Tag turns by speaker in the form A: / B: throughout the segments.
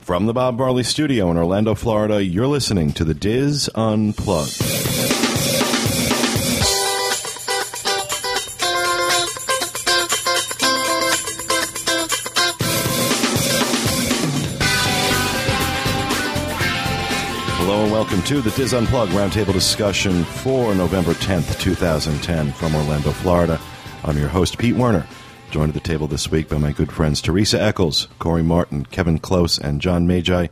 A: From the Bob Barley Studio in Orlando, Florida, you're listening to The Diz Unplugged. Hello and welcome to the Diz Unplugged Roundtable discussion for November 10th, 2010, from Orlando, Florida. I'm your host, Pete Werner. Joined at the table this week by my good friends Teresa Eccles, Corey Martin, Kevin Close, and John Magi.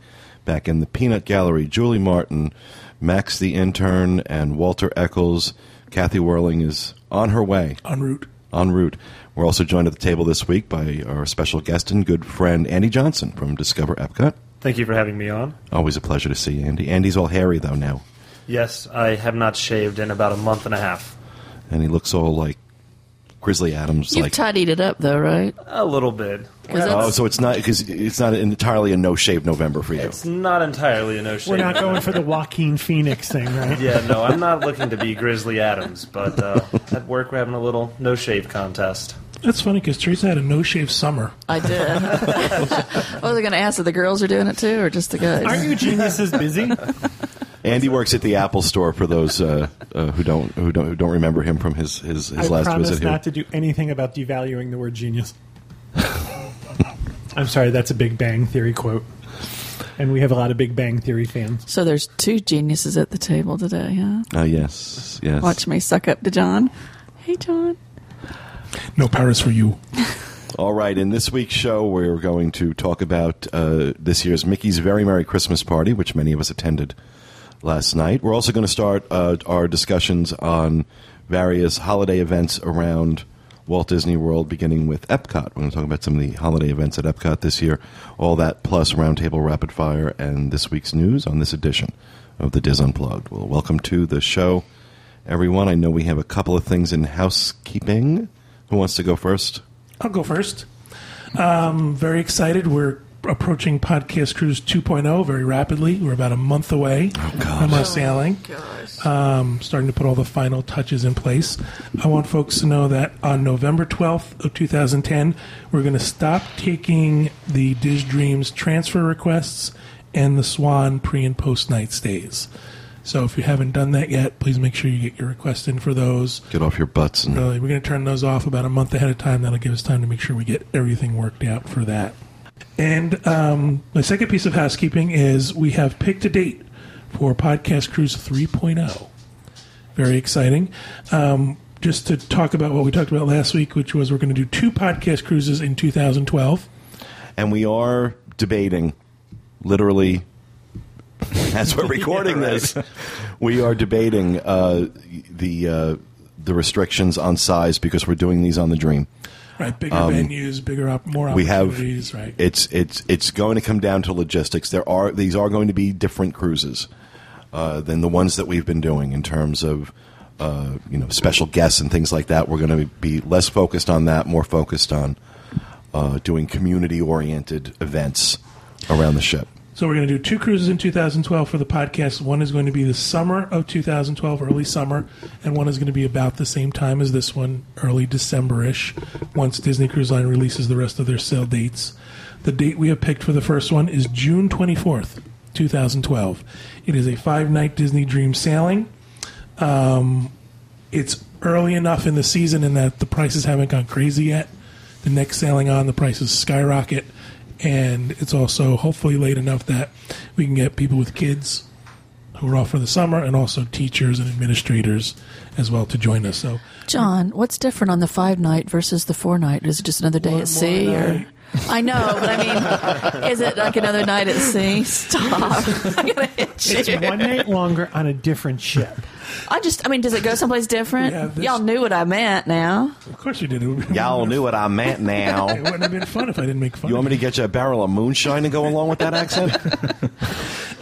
A: Back in the Peanut Gallery, Julie Martin, Max the Intern, and Walter Eccles. Kathy Whirling is on her way
B: en route.
A: en route. We're also joined at the table this week by our special guest and good friend, Andy Johnson from Discover Epcot.
C: Thank you for having me on.
A: Always a pleasure to see Andy. Andy's all hairy, though, now.
C: Yes, I have not shaved in about a month and a half.
A: and he looks all like Grizzly Adams.
D: You've
A: like
D: tidied it up, though, right?
C: A little bit.
D: 'Cause
A: oh,
D: that's-
A: so it's not because it's not entirely a no shave November for you.
C: It's not entirely a no shave.
B: We're not going for the Joaquin Phoenix thing, right?
C: Yeah, no, I'm not looking to be Grizzly Adams, but uh, at work we're having a little no shave contest.
B: That's funny because Teresa had a no shave summer.
D: I did. I was going to ask if the girls are doing it too, or just the guys.
E: Aren't you geniuses busy?
A: Andy works at the Apple Store for those uh, uh, who don't who don't who don't remember him from his his, his
B: I
A: last
B: promise
A: visit here.
E: Not to do anything about devaluing the word genius.
B: I'm sorry, that's a Big Bang Theory quote.
E: And we have a lot of Big Bang Theory fans.
D: so there's two geniuses at the table today, huh?
A: Ah, yes, yes.
D: Watch me suck up to John. Hey, John.
B: No Paris for you.
A: All right, in this week's show, we're going to talk about uh, this year's Mickey's Very Merry Christmas Party, which many of us attended last night. We're also going to start uh, our discussions on various holiday events around Walt Disney World, beginning with Epcot. We're going to talk about some of the holiday events at Epcot this year, all that plus Roundtable Rapid Fire and this week's news on this edition of the Diz Unplugged. Well, welcome to the show, everyone. I know we have a couple of things in housekeeping. Who wants to go first?
B: I'll go first. Um, very excited. We're approaching Podcast Cruise 2.0 very rapidly. We're about a month away from us sailing. Um, starting to put all the final touches in place. I want folks to know that on November 12th of 2010, we're going to stop taking the Diz Dreams transfer requests and the Swan pre and post night stays. So if you haven't done that yet, please make sure you get your request in for those.
A: Get off your butts and
B: Really, we're going to turn those off about a month ahead of time. That'll give us time to make sure we get everything worked out for that. And um, my second piece of housekeeping is we have picked a date for Podcast Cruise 3.0. Very exciting. Um, just to talk about what we talked about last week, which was we're going to do two podcast cruises in 2012.
A: and we are debating literally as we're recording this we are debating uh, the uh, the restrictions on size because we're doing these on the dream Um,
B: Right, bigger venues, bigger op- more
A: we have
B: opportunities. right,
A: it's it's it's going to come down to logistics there are these are going to be different cruises uh, than the ones that we've been doing in terms of uh, you know special guests and things like that we're going to be less focused on that more focused on uh, doing community oriented events around the ship
B: So we're going to do two cruises in 2012 for the podcast. One is going to be the summer of 2012, early summer, and one is going to be about the same time as this one, early December-ish, once Disney Cruise Line releases the rest of their sale dates. The date we have picked for the first one is June 24th, 2012. It is a five-night Disney Dream sailing Um, it's early enough in the season in that the prices haven't gone crazy yet. The next sailing on, the prices skyrocket, and it's also hopefully late enough that we can get people with kids who are off for the summer, and also teachers and administrators as well to join us. So
D: John, what's different on the five night versus the four night? Is it just another day at sea? Or I know, but I mean, is it like another night at sea? Stop! I'm gonna hit
E: It's
D: you.
E: one night longer on a different ship.
D: I just, I mean, does it go someplace different?
B: We have this-
D: Y'all knew what I meant. Now,
B: of course you did. It would-
A: Y'all
B: it
A: knew what I meant now.
B: wouldn't have- It wouldn't have been fun if I didn't make fun.
A: You
B: of
A: want me
B: you.
A: to get you a barrel of moonshine to go along with that accent?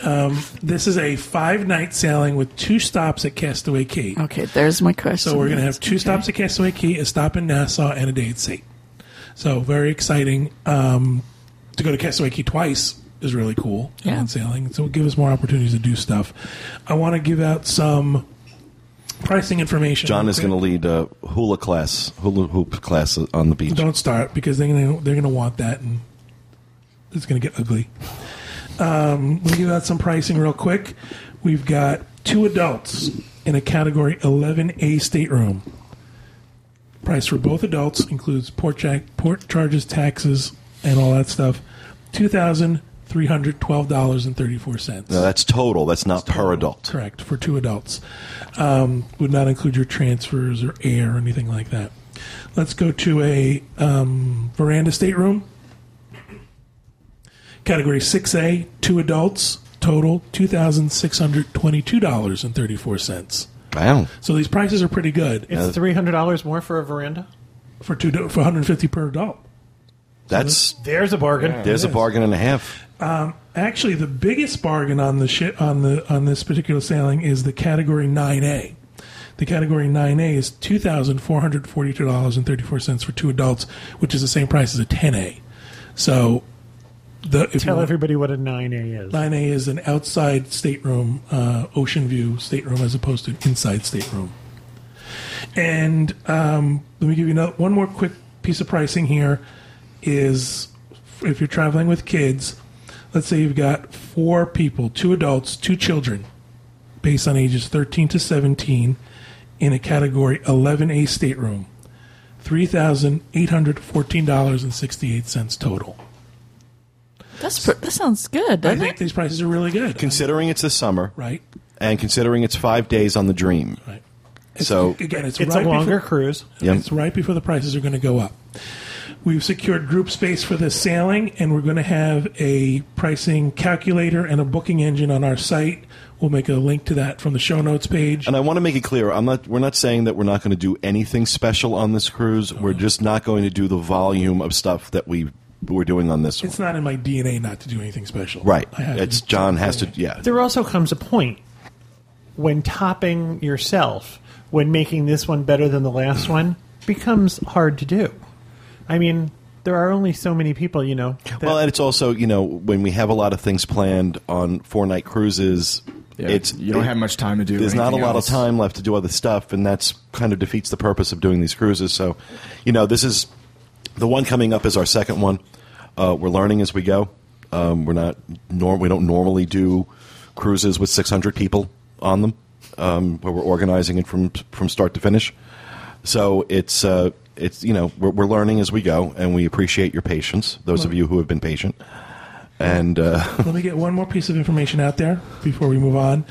B: Um, This is a five-night sailing with two stops at Castaway Key.
D: okay, there's my question.
B: So we're going to have two stops at Castaway Key, a stop in Nassau, and a day at sea. So very exciting. Um, to go to Castaway Key twice is really cool.
D: Yeah.
B: On sailing, so it'll give us more opportunities to do stuff. I want to give out some pricing information.
A: John is going to lead a hula class, hula hoop class on the beach.
B: Don't start because they're going to they're going to want that, and it's going to get ugly. Um, we'll give out some pricing real quick. We've got two adults in a category 11A stateroom. Price for both adults includes port, jack, port charges, taxes, and all that stuff. Two thousand three hundred twelve dollars and thirty four cents.
A: No, that's total. That's not per adult.
B: Correct for two adults. Um, would not include your transfers or air or anything like that. Let's go to a um, veranda stateroom. Category 6A, two adults, total $2,622.34.
A: Wow.
B: So these prices are pretty good
E: It's three hundred dollars more for a veranda.
B: for two for 150 per adult.
A: That's
E: There's a bargain.
A: there's a bargain and a half.
B: Um, Actually, the biggest bargain on the shit on the on this particular sailing is the category 9A. The category 9A is $2,442.34 for two adults, which is the same price as a 10A. So the if you
E: Tell
B: want-
E: everybody what a nine A is.
B: 9A is an outside stateroom, uh, ocean view stateroom, as opposed to an inside stateroom. And um, let me give you another, one more quick piece of pricing here is if you're traveling with kids, let's say you've got four people, two adults, two children, based on ages 13 to 17, in a category 11A stateroom, $3,814.68 total.
D: That's pr- that sounds good,
B: I
D: doesn't
B: think
D: it?
B: these prices are really good.
A: Considering it's the summer,
B: right?
A: and considering it's five days on the Dream,
B: Right.
A: so
B: Again, it's,
E: it's
B: right
E: a longer
B: Before,
E: cruise.
A: Yep.
B: It's right before the prices are going to go up. We've secured group space for this sailing, and we're going to have a pricing calculator and a booking engine on our site. We'll make a link to that from the show notes page.
A: And I want to make it clear, I'm not. We're not saying that we're not going to do anything special on this cruise. We're
F: Mm-hmm.
A: just not going to do the volume of stuff that we we're doing on this
B: It's
A: one.
B: not in my DNA not to do anything special.
A: Right.
B: I have
A: It's
B: to-
A: John has to. Yeah.
E: There also comes a point when topping yourself, when making this one better than the last one, becomes hard to do. I mean, there are only so many people, you know. that-
A: Well, and it's also you know when we have a lot of things planned on four night cruises,
F: Yeah,
A: it's
F: you don't
A: it-
F: have much time to do.
A: There's not a
F: anything
A: lot
F: else.
A: of time left to do other stuff, and that's kind of defeats the purpose of doing these cruises. So, you know, this is the one coming up is our second one. Uh, we're learning as we go. Um, we're not norm. We don't normally do cruises with 600 people on them, um, where we're organizing it from from start to finish. So it's uh, it's you know we're, we're learning as we go, and we appreciate your patience. Those of you who have been patient, and uh,
B: Let me get one more piece of information out there before we move on.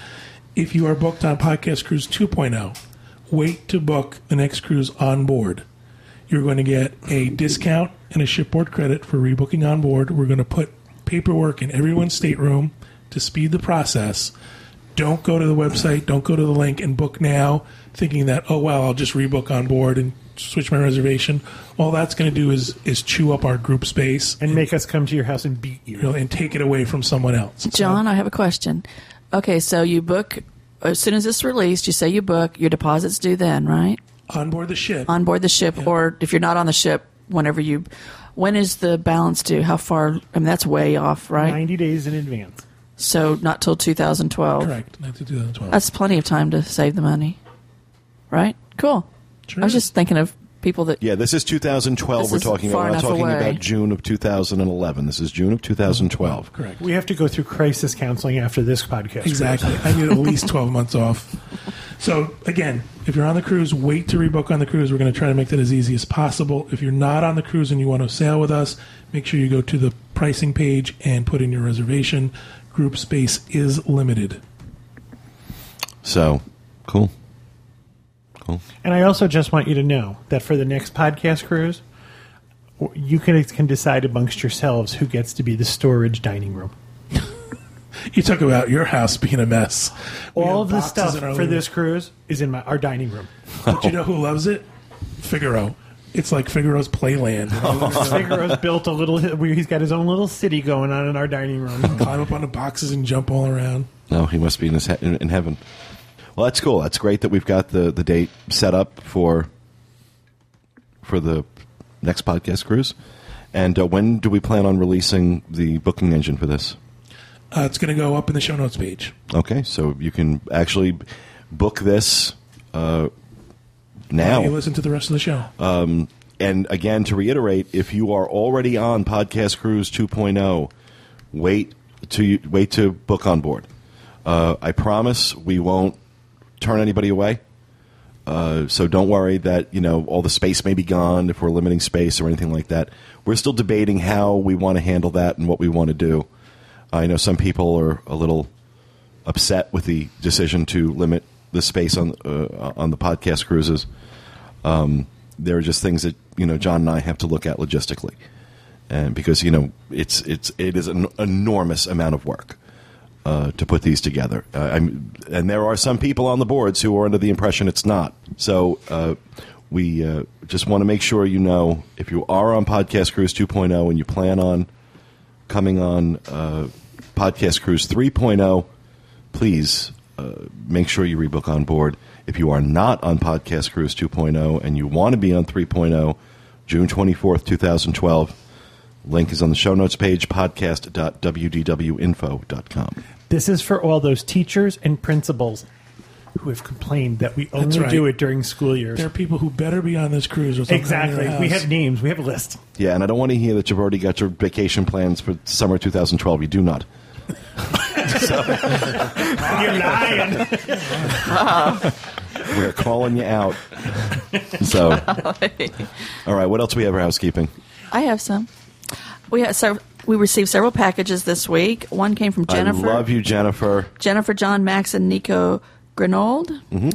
B: If you are booked on Podcast Cruise 2.0, wait to book the next cruise on board. You're going to get a discount and a shipboard credit for rebooking on board. We're going to put paperwork in everyone's stateroom to speed the process. Don't go to the website, don't go to the link and book now thinking that, oh, well, I'll just rebook on board and switch my reservation. All that's going to do is, is chew up our group space
E: and make us come to your house and beat you.
B: you know, and take it away from someone else.
D: John, I have a question. Okay, so you book as soon as it's released. You say you book. Your deposits due then, right?
B: on board the ship.
D: On board the ship, or if you're not on the ship, whenever you. When is the balance due? How far? I mean, that's way off, right?
E: 90 days in advance.
D: So not till 2012.
B: Correct. 1912.
D: That's plenty of time to save the money, right? Cool.
B: Sure.
D: I was just thinking of people that.
A: Yeah, this is 2012
D: This
A: we're
D: is
A: talking about. We're not
D: far enough
A: talking
D: away.
A: about June of 2011. This is June of 2012.
D: Mm-hmm.
B: correct.
E: We have to go through crisis counseling after this podcast.
B: Exactly. I need at least 12 months off. So, again, if you're on the cruise, wait to rebook on the cruise. We're going to try to make that as easy as possible. If you're not on the cruise and you want to sail with us, make sure you go to the pricing page and put in your reservation. Group space is limited.
A: So, cool. Cool.
E: And I also just want you to know that for the next podcast cruise, you can, can decide amongst yourselves who gets to be the storage dining room.
B: You talk about your house being a mess. We have
E: All of the
B: boxes
E: stuff
B: in our
E: for
B: living
E: this cruise is in my, our dining room.
B: room. But you know who loves it? Figaro. It's like Figaro's Playland.
E: Figaro's built a little. He's got his own little city going on in our dining room.
B: Climb up on the boxes and jump all around.
A: No, he must be in, his he- in, in heaven. Well, that's cool. That's great that we've got the, the date set up for for the next podcast cruise. And uh, when do we plan on releasing the booking engine for this?
B: Uh, it's going to go up in the show notes page.
A: Okay, so you can actually book this uh, now.
B: You listen to the rest of the show.
A: Um, And again, to reiterate, if you are already on Podcast Cruise 2.0, oh, wait to wait to book on board. Uh, I promise we won't turn anybody away. Uh, so don't worry that you know all the space may be gone if we're limiting space or anything like that. We're still debating how we want to handle that and what we want to do. I know some people are a little upset with the decision to limit the space on uh, on the podcast cruises. Um, there are just things that you know John and I have to look at logistically, and because you know it's it's it is an enormous amount of work uh, to put these together. Uh, I'm, and there are some people on the boards who are under the impression it's not. So uh, we uh, just want to make sure you know if you are on Podcast Cruise 2.0 and you plan on coming on uh, Podcast Cruise oh, 3.0, please uh, make sure you rebook on board. If you are not on Podcast Cruise 2.0 and you want to be on 3.0, June 24th, 2012, link is on the show notes page, podcast.wdwinfo.com.
E: This is for all those teachers and principals who have complained that we
B: That's
E: only
B: right.
E: do it during school years.
B: There are people who better be on this cruise. With
E: exactly. We have names. We have a list.
A: Yeah, and I don't want to hear that you've already got your vacation plans for summer 2012. You do not.
E: You're lying.
A: We're calling you out. So, all right, what else we have for housekeeping?
D: I have some. We had so we received several packages this week. One came from Jennifer.
A: I love you, Jennifer.
D: Jennifer, John, Max, and Nico Grenold.
A: Mm-hmm.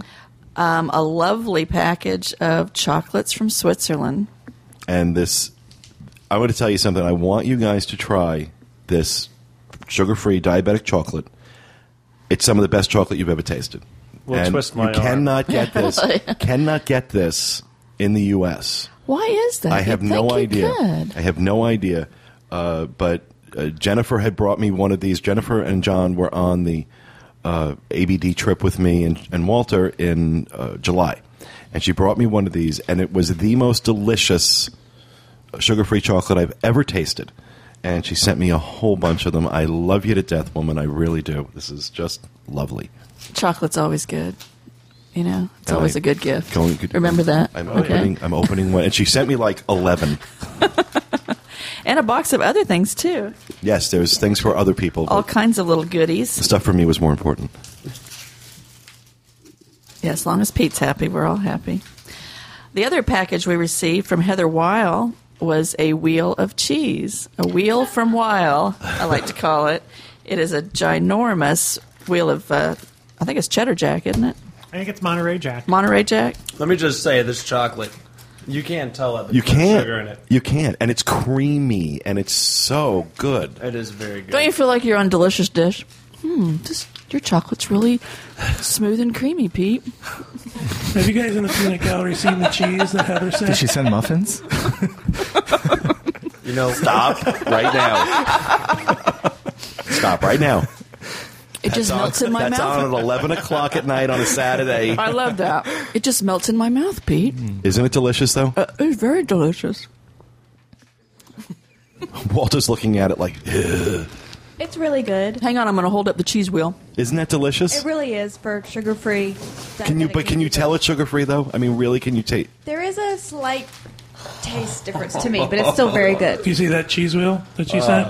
D: Um, a lovely package of chocolates from Switzerland.
A: And this, I want to tell you something. I want you guys to try this sugar free diabetic chocolate. It's some of the best chocolate you've ever tasted.
C: Well,
A: and
C: twist
A: you
C: my arm.
A: cannot get this. cannot get this in the U.S.
D: Why is that?
A: I have
D: You'd
A: no
D: think you
A: idea.
D: could.
A: I have no idea. Uh, but uh, Jennifer had brought me one of these. Jennifer and John were on the uh, ABD trip with me and, and Walter in uh, July, and she brought me one of these, and it was the most delicious sugar-free chocolate I've ever tasted. And she sent me a whole bunch of them. I love you to death, woman. I really do. This is just lovely.
D: Chocolate's always good. You know, it's
A: And
D: always
A: I-
D: a good gift.
A: Going- good-
D: Remember that.
A: I'm
D: Okay.
A: opening. I'm opening one, and she sent me like eleven.
D: And a box of other things too.
A: Yes, there's things for other people.
D: All
A: but
D: kinds of little goodies.
A: stuff for me was more important.
D: Yeah, as long as Pete's happy, we're all happy. The other package we received from Heather Weil was a wheel of cheese. A wheel from Weil, I like to call it. It is a ginormous wheel of, uh, I think it's cheddar jack, isn't it?
E: I think it's Monterey Jack.
D: Monterey jack?
C: Let me just say, this chocolate, you can't tell that there's
A: You
C: no
A: can't.
C: sugar in it.
A: You can't. And it's creamy and it's so good.
C: It is very good.
D: Don't you feel like you're on Delicious Dish? Hmm, this, your chocolate's really smooth and creamy, Pete.
B: Have you guys in the peanut gallery seen the cheese that Heather sent?
F: Did she send muffins?
C: You know,
A: Stop right now. Stop right now.
D: It just melts in my
A: That's
D: mouth.
A: on at 11 o'clock at night on a Saturday.
D: I love that. It just melts in my mouth, Pete.
A: Isn't it delicious, though?
D: Uh, it's very delicious.
A: Walter's looking at it like, "Ugh."
G: It's really good.
D: Hang on, I'm going to hold up the cheese wheel.
A: isn't that delicious?
G: It really is for sugar-free.
A: Can you, but can you tell it's sugar free, though? I mean, really, can you take.
G: There is a slight taste difference to me, but it's still very good.
B: Do you see that cheese wheel that she sent?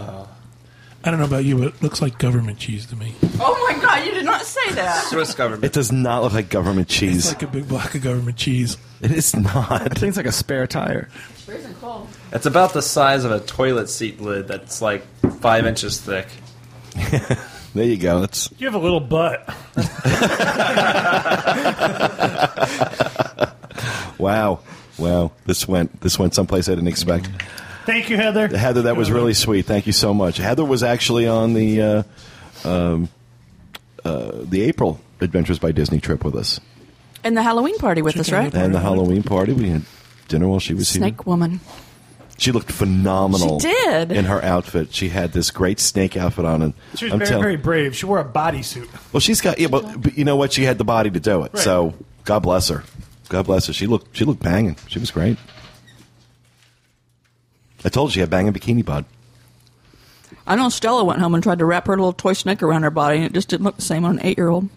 B: I don't know about you, but it looks like government cheese to me.
D: Oh my god, you did not say that.
C: Swiss government.
A: It does not look like government
B: It's
A: cheese.
B: like a big block of government cheese.
A: It is not.
F: Things like a spare tire.
C: It's about the size of a toilet seat lid that's like five inches thick.
A: There you go. That's
E: You have a little butt.
A: wow, wow. This went this went someplace I didn't expect.
E: Thank you, Heather.
A: Heather, that was really sweet. Thank you so much. Heather was actually on the uh, um, uh, the April Adventures by Disney trip with us
D: And the Halloween party with us,
B: Chicken
D: right?
B: noodle.
A: and the Halloween party. We had dinner while she was
D: Snake woman.
A: here. She looked phenomenal.
D: She did.
A: in her outfit. She had this great snake outfit on, and
E: She was
A: I'm
E: very,
A: telling-
E: very brave. She wore a bodysuit.
A: well. She's got yeah, but, but you know what? She had the body to do it.
E: Right.
A: So God bless her. God bless her. She looked she looked banging. She was great. I told you she had banging bikini bod.
D: I know Stella went home and tried to wrap her little toy snake around her body, and it just didn't look the same on an eight year old.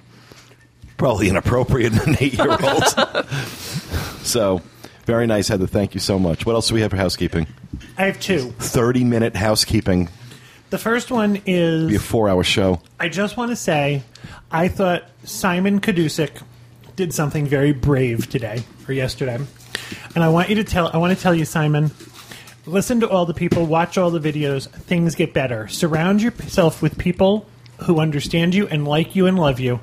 A: probably inappropriate in an eight year old. so, very nice, Heather. Thank you so much. What else do we have for housekeeping?
E: I have two.
A: 30 minute housekeeping.
E: The first one is
A: Be a four-hour show.
E: I just want to say, I thought Simon Kadusik did something very brave today or yesterday, and I want you to tell. I want to tell you, Simon. Listen to all the people, watch all the videos. Things get better. Surround yourself with people who understand you and like you and love you,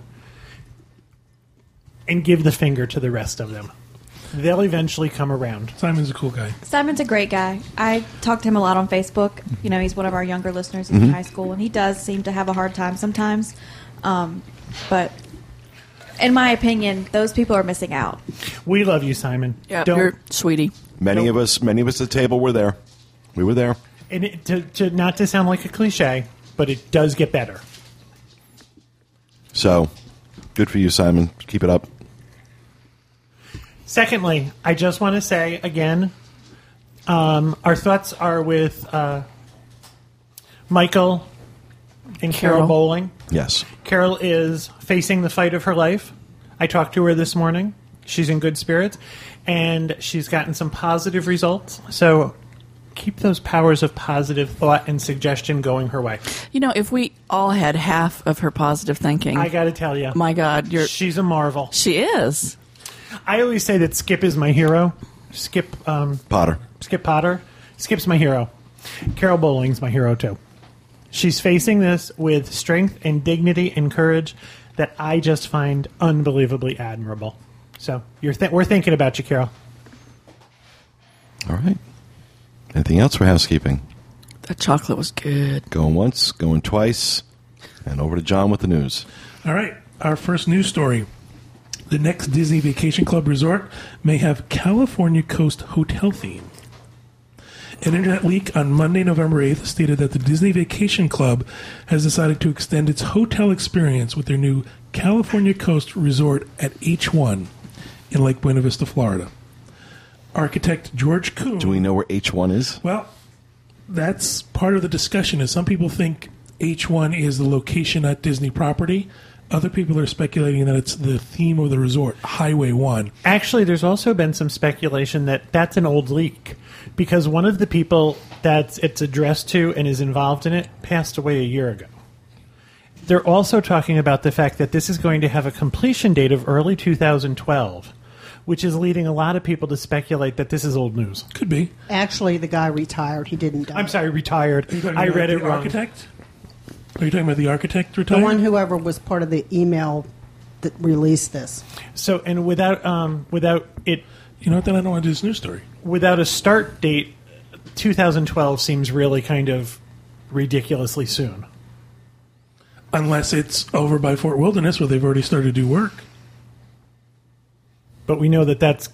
E: and give the finger to the rest of them. They'll eventually come around.
B: Simon's a cool guy.
G: Simon's a great guy. I talk to him a lot on Facebook. You know, he's one of our younger listeners. He's
A: Mm-hmm.
G: in high school, and he does seem to have a hard time sometimes. Um, but in my opinion, those people are missing out.
E: We love you, Simon.
D: Yeah,
E: Don't
D: you're sweetie.
A: Many of us, many of us at the table were there. We were there.
E: and it, to, to not to sound like a cliche, but it does get better.
A: So, good for you, Simon. Keep it up.
E: Secondly, I just want to say again, um, our thoughts are with uh, Michael and Carol,
D: Carol.
E: Bowling.
A: Yes.
E: Carol is facing the fight of her life. I talked to her this morning. She's in good spirits, and she's gotten some positive results. So keep those powers of positive thought and suggestion going her way.
D: You know, if we all had half of her positive thinking,
E: I got to tell you,
D: my God, you're
E: she's a marvel.
D: she is.
E: I always say that Skip is my hero. Skip, um,
A: Potter.
E: Skip Potter. Skip's my hero. Carol Bowling's my hero too. She's facing this with strength and dignity and courage that I just find unbelievably admirable. So you're th- we're thinking about you, Carol.
A: All right. Anything else for housekeeping?
D: That chocolate was good.
A: Going once, going twice, and over to John with the news.
B: All right, our first news story. The next Disney Vacation Club resort may have California Coast hotel theme. An internet leak on Monday, November 8th stated that the Disney Vacation Club has decided to extend its hotel experience with their new California Coast resort at H1 in Lake Buena Vista, Florida. Architect George Coon.
A: Do we know where H one is?
B: Well, that's part of the discussion. Is some people think H one is the location at Disney property. Other people are speculating that it's the theme of the resort, Highway One.
E: Actually, there's also been some speculation that that's an old leak because one of the people that it's addressed to and is involved in it passed away a year ago. They're also talking about the fact that this is going to have a completion date of early 2012, which is leading a lot of people to speculate that this is old news.
B: Could be.
H: Actually, the guy retired. He didn't die.
E: I'm sorry, retired.
B: Are you talking
E: I
B: about
E: read
B: the
E: it wrong.
B: Architect. Are you talking about the architect
H: The
B: retired?
H: one whoever was part of the email that released this.
E: So, and without um, without it
B: you know what? Then I don't want to do this news story.
E: without a start date, 2012 seems really kind of ridiculously soon.
B: Unless it's over by Fort Wilderness, where they've already started to do work.
E: But we know that that's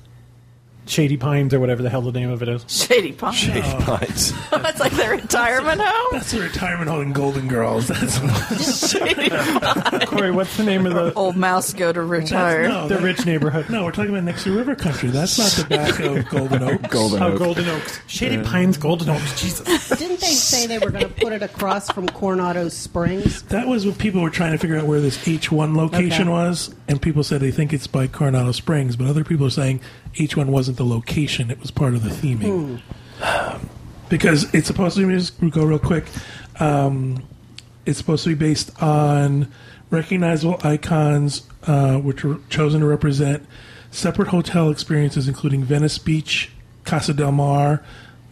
E: Shady Pines or whatever the hell the name of it is.
D: Shady Pine.
A: Dave Pines.
D: Oh. That's like their retirement home.
B: That's the retirement home in Golden Girls. That's
D: Shady
E: Corey, what's the name of the
D: Old mouse go to retire.
B: no,
E: the
B: that-
E: rich neighborhood?
B: no. We're talking about next to River Country. That's not the back of Golden Oak.
A: Golden
E: Oh,
A: Oak.
E: Golden Oaks. Shady Pines, Golden Oaks. Jesus.
H: Didn't they say they were going to put it across from Coronado Springs?
B: That was what people were trying to figure out where this H1 location
H: Okay.
B: was, and people said they think it's by Coronado Springs, but other people are saying H1 wasn't the location, it was part of the theming. Because it's supposed to be, just go real quick, um, it's supposed to be based on recognizable icons uh, which were chosen to represent separate hotel experiences, including Venice Beach, Casa del Mar,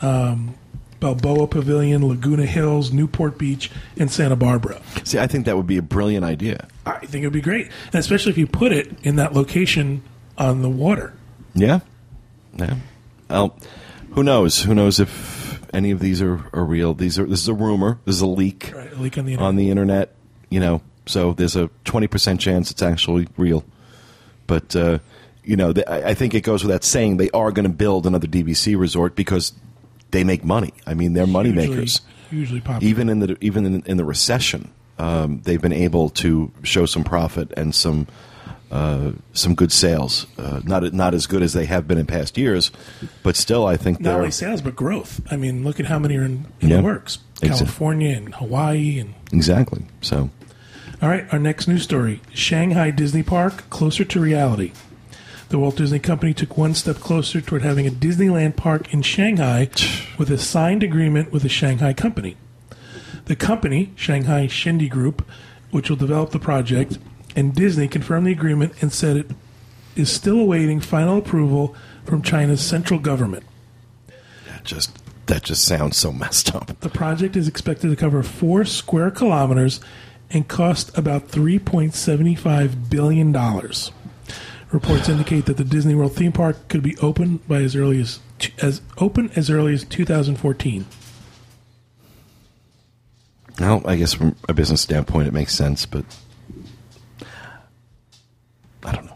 B: um, Balboa Pavilion, Laguna Hills, Newport Beach, and Santa Barbara.
A: See, I think that would be a brilliant idea.
B: I think it would be great, and especially if you put it in that location on the water.
A: Yeah. Yeah. Well, who knows? Who knows if any of these are, are real? These are. This is a rumor. This is a leak
B: Right, a leak on the internet.
A: on the internet. You know, so there's a twenty percent chance it's actually real. But uh, you know, th I, I think it goes without saying they are going to build another DVC resort because they make money. I mean, they're money
B: Usually-
A: makers.
B: Usually popular.
A: even in the even in, in the recession, um, they've been able to show some profit and some uh, some good sales. Uh, not not as good as they have been in past years, but still, I think
B: not
A: they're
B: only sales but growth. I mean, look at how many are in, in
A: Yeah.
B: the works:
A: Exa-
B: California and Hawaii and
A: exactly so.
B: All right, our next news story Shanghai Disney Park, closer to reality. The Walt Disney Company took one step closer toward having a Disneyland park in Shanghai with a signed agreement with a Shanghai company. The company, Shanghai Shindy Group, which will develop the project, and Disney confirmed the agreement and said it is still awaiting final approval from China's central government.
A: That just that just sounds so messed up.
B: The project is expected to cover four square kilometers and cost about $3.75 billion. Reports indicate that the Disney World theme park could be open by as early as as open as early as 2014.
A: No, I guess from a business standpoint, it makes sense, but I don't know.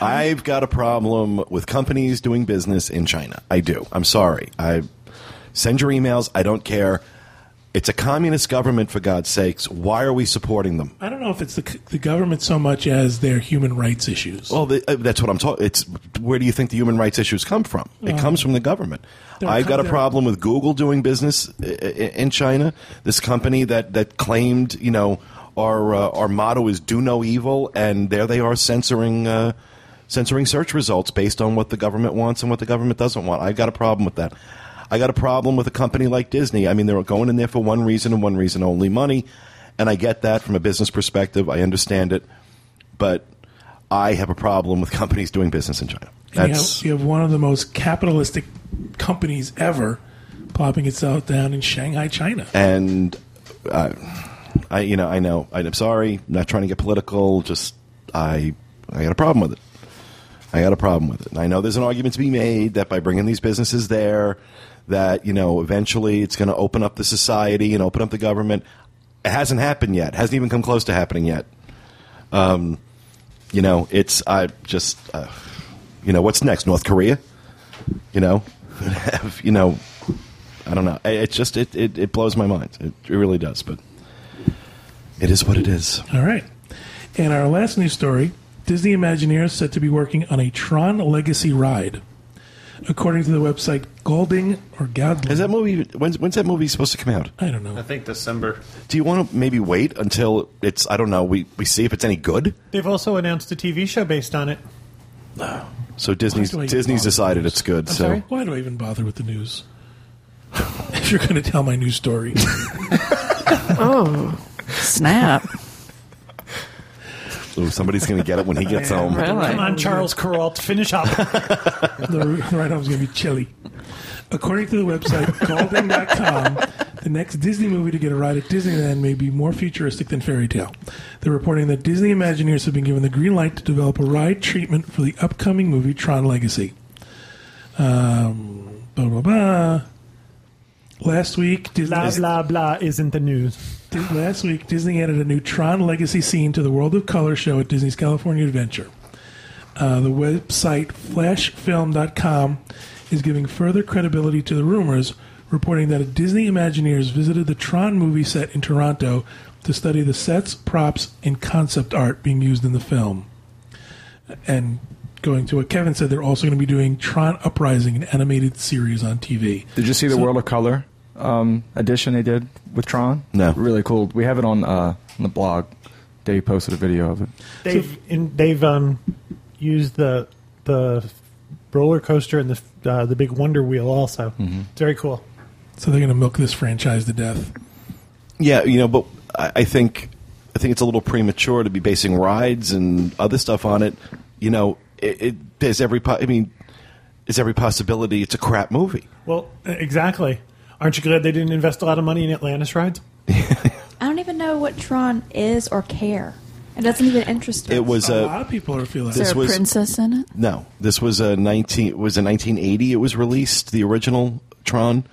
A: I've got a problem with companies doing business in China. I do. I'm sorry. I send your emails. I don't care. It's a communist government, for God's sakes. Why are we supporting them?
B: I don't know if it's the, the government so much as their human rights issues.
A: Well, the, uh, that's what I'm talking. It's where do you think the human rights issues come from? it comes from the government.
B: they're
A: I've got a
B: com- they're-
A: problem with Google doing business i- i- in China. This company that that claimed, you know, our uh, our motto is "Do no evil," and there they are censoring. Uh, Censoring search results based on what the government wants and what the government doesn't want. I've got a problem with that. I got a problem with a company like Disney. I mean, they're going in there for one reason and one reason only money. And I get that from a business perspective. I understand it but I have a problem with companies doing business in China.
B: And you,
A: That's
B: have, you have one of the most capitalistic companies ever plopping itself down in Shanghai, China.
A: and uh, I, you know, I know. I, I'm sorry, not trying to get political. Just I, I got a problem with it. I got a problem with it. And I know there's an argument to be made that by bringing these businesses there, that you know, eventually it's going to open up the society and open up the government. It hasn't happened yet. It hasn't even come close to happening yet. Um, you know, it's I just, uh, you know, what's next? North Korea. You know, have you know I don't know. I- It's just it, it, it blows my mind. It, it really does. But it is what it is.
B: All right. And our last news story Disney Imagineers said to be working on a Tron Legacy ride. According to the website Golding or Goudling.
A: Is that movie? When's, when's that movie supposed to come out?
B: I don't know.
C: I think December.
A: Do you want to maybe wait until it's? I don't know. We we see if it's any good.
E: They've also announced a TV show based on it.
A: So Disney's
B: Why do I
A: Disney's
B: bother?
A: decided it's good. so
E: sorry?
B: Why do I even bother with the news? if you're going to tell my news story.
D: Oh, snap.
A: Ooh, somebody's going to get it when he gets home.
E: Come
D: really?
E: on, Charles Kuralt, finish up.
B: the ride home's going to be chilly. According to the website Golding.com, the next Disney movie to get a ride at Disneyland may be more futuristic than Fairy Tale. They're reporting that Disney Imagineers have been given the green light to develop a ride treatment for the upcoming movie Tron Legacy. Um, blah blah blah. Last week, Disney.
E: blah blah blah isn't the news.
B: Di- Last week, Disney added a new Tron Legacy scene to the World of Color show at Disney's California Adventure. Uh, the website flashfilm.com is giving further credibility to the rumors, reporting that a Disney Imagineers visited the Tron movie set in Toronto to study the sets, props, and concept art being used in the film. And going to what Kevin said, they're also going to be doing Tron Uprising, an animated series on TV.
F: Did you see the World of Color um, edition they did with Tron?
A: No.
F: Really cool. We have it on, uh, on the blog. They posted a video of it.
E: They've in, they've um, used the the roller coaster and the uh, the big Wonder Wheel also. It's very cool.
B: So they're going to milk this franchise to death.
A: Yeah, you know, but I, I think I think it's a little premature to be basing rides and other stuff on it. You know, it, it there's every. Po- I mean, it's every possibility. It's a crap movie.
E: Well, e- exactly. Aren't you glad they didn't invest a lot of money in Atlantis rides?
G: I don't even know what Tron is or care. It doesn't even interest me.
A: It was
B: a
A: a.
B: lot of people are feeling
D: Is there
A: This
D: a
A: was-
D: princess in it?
A: No, this was a nineteen. It was a nineteen eighty. It was released the original Tron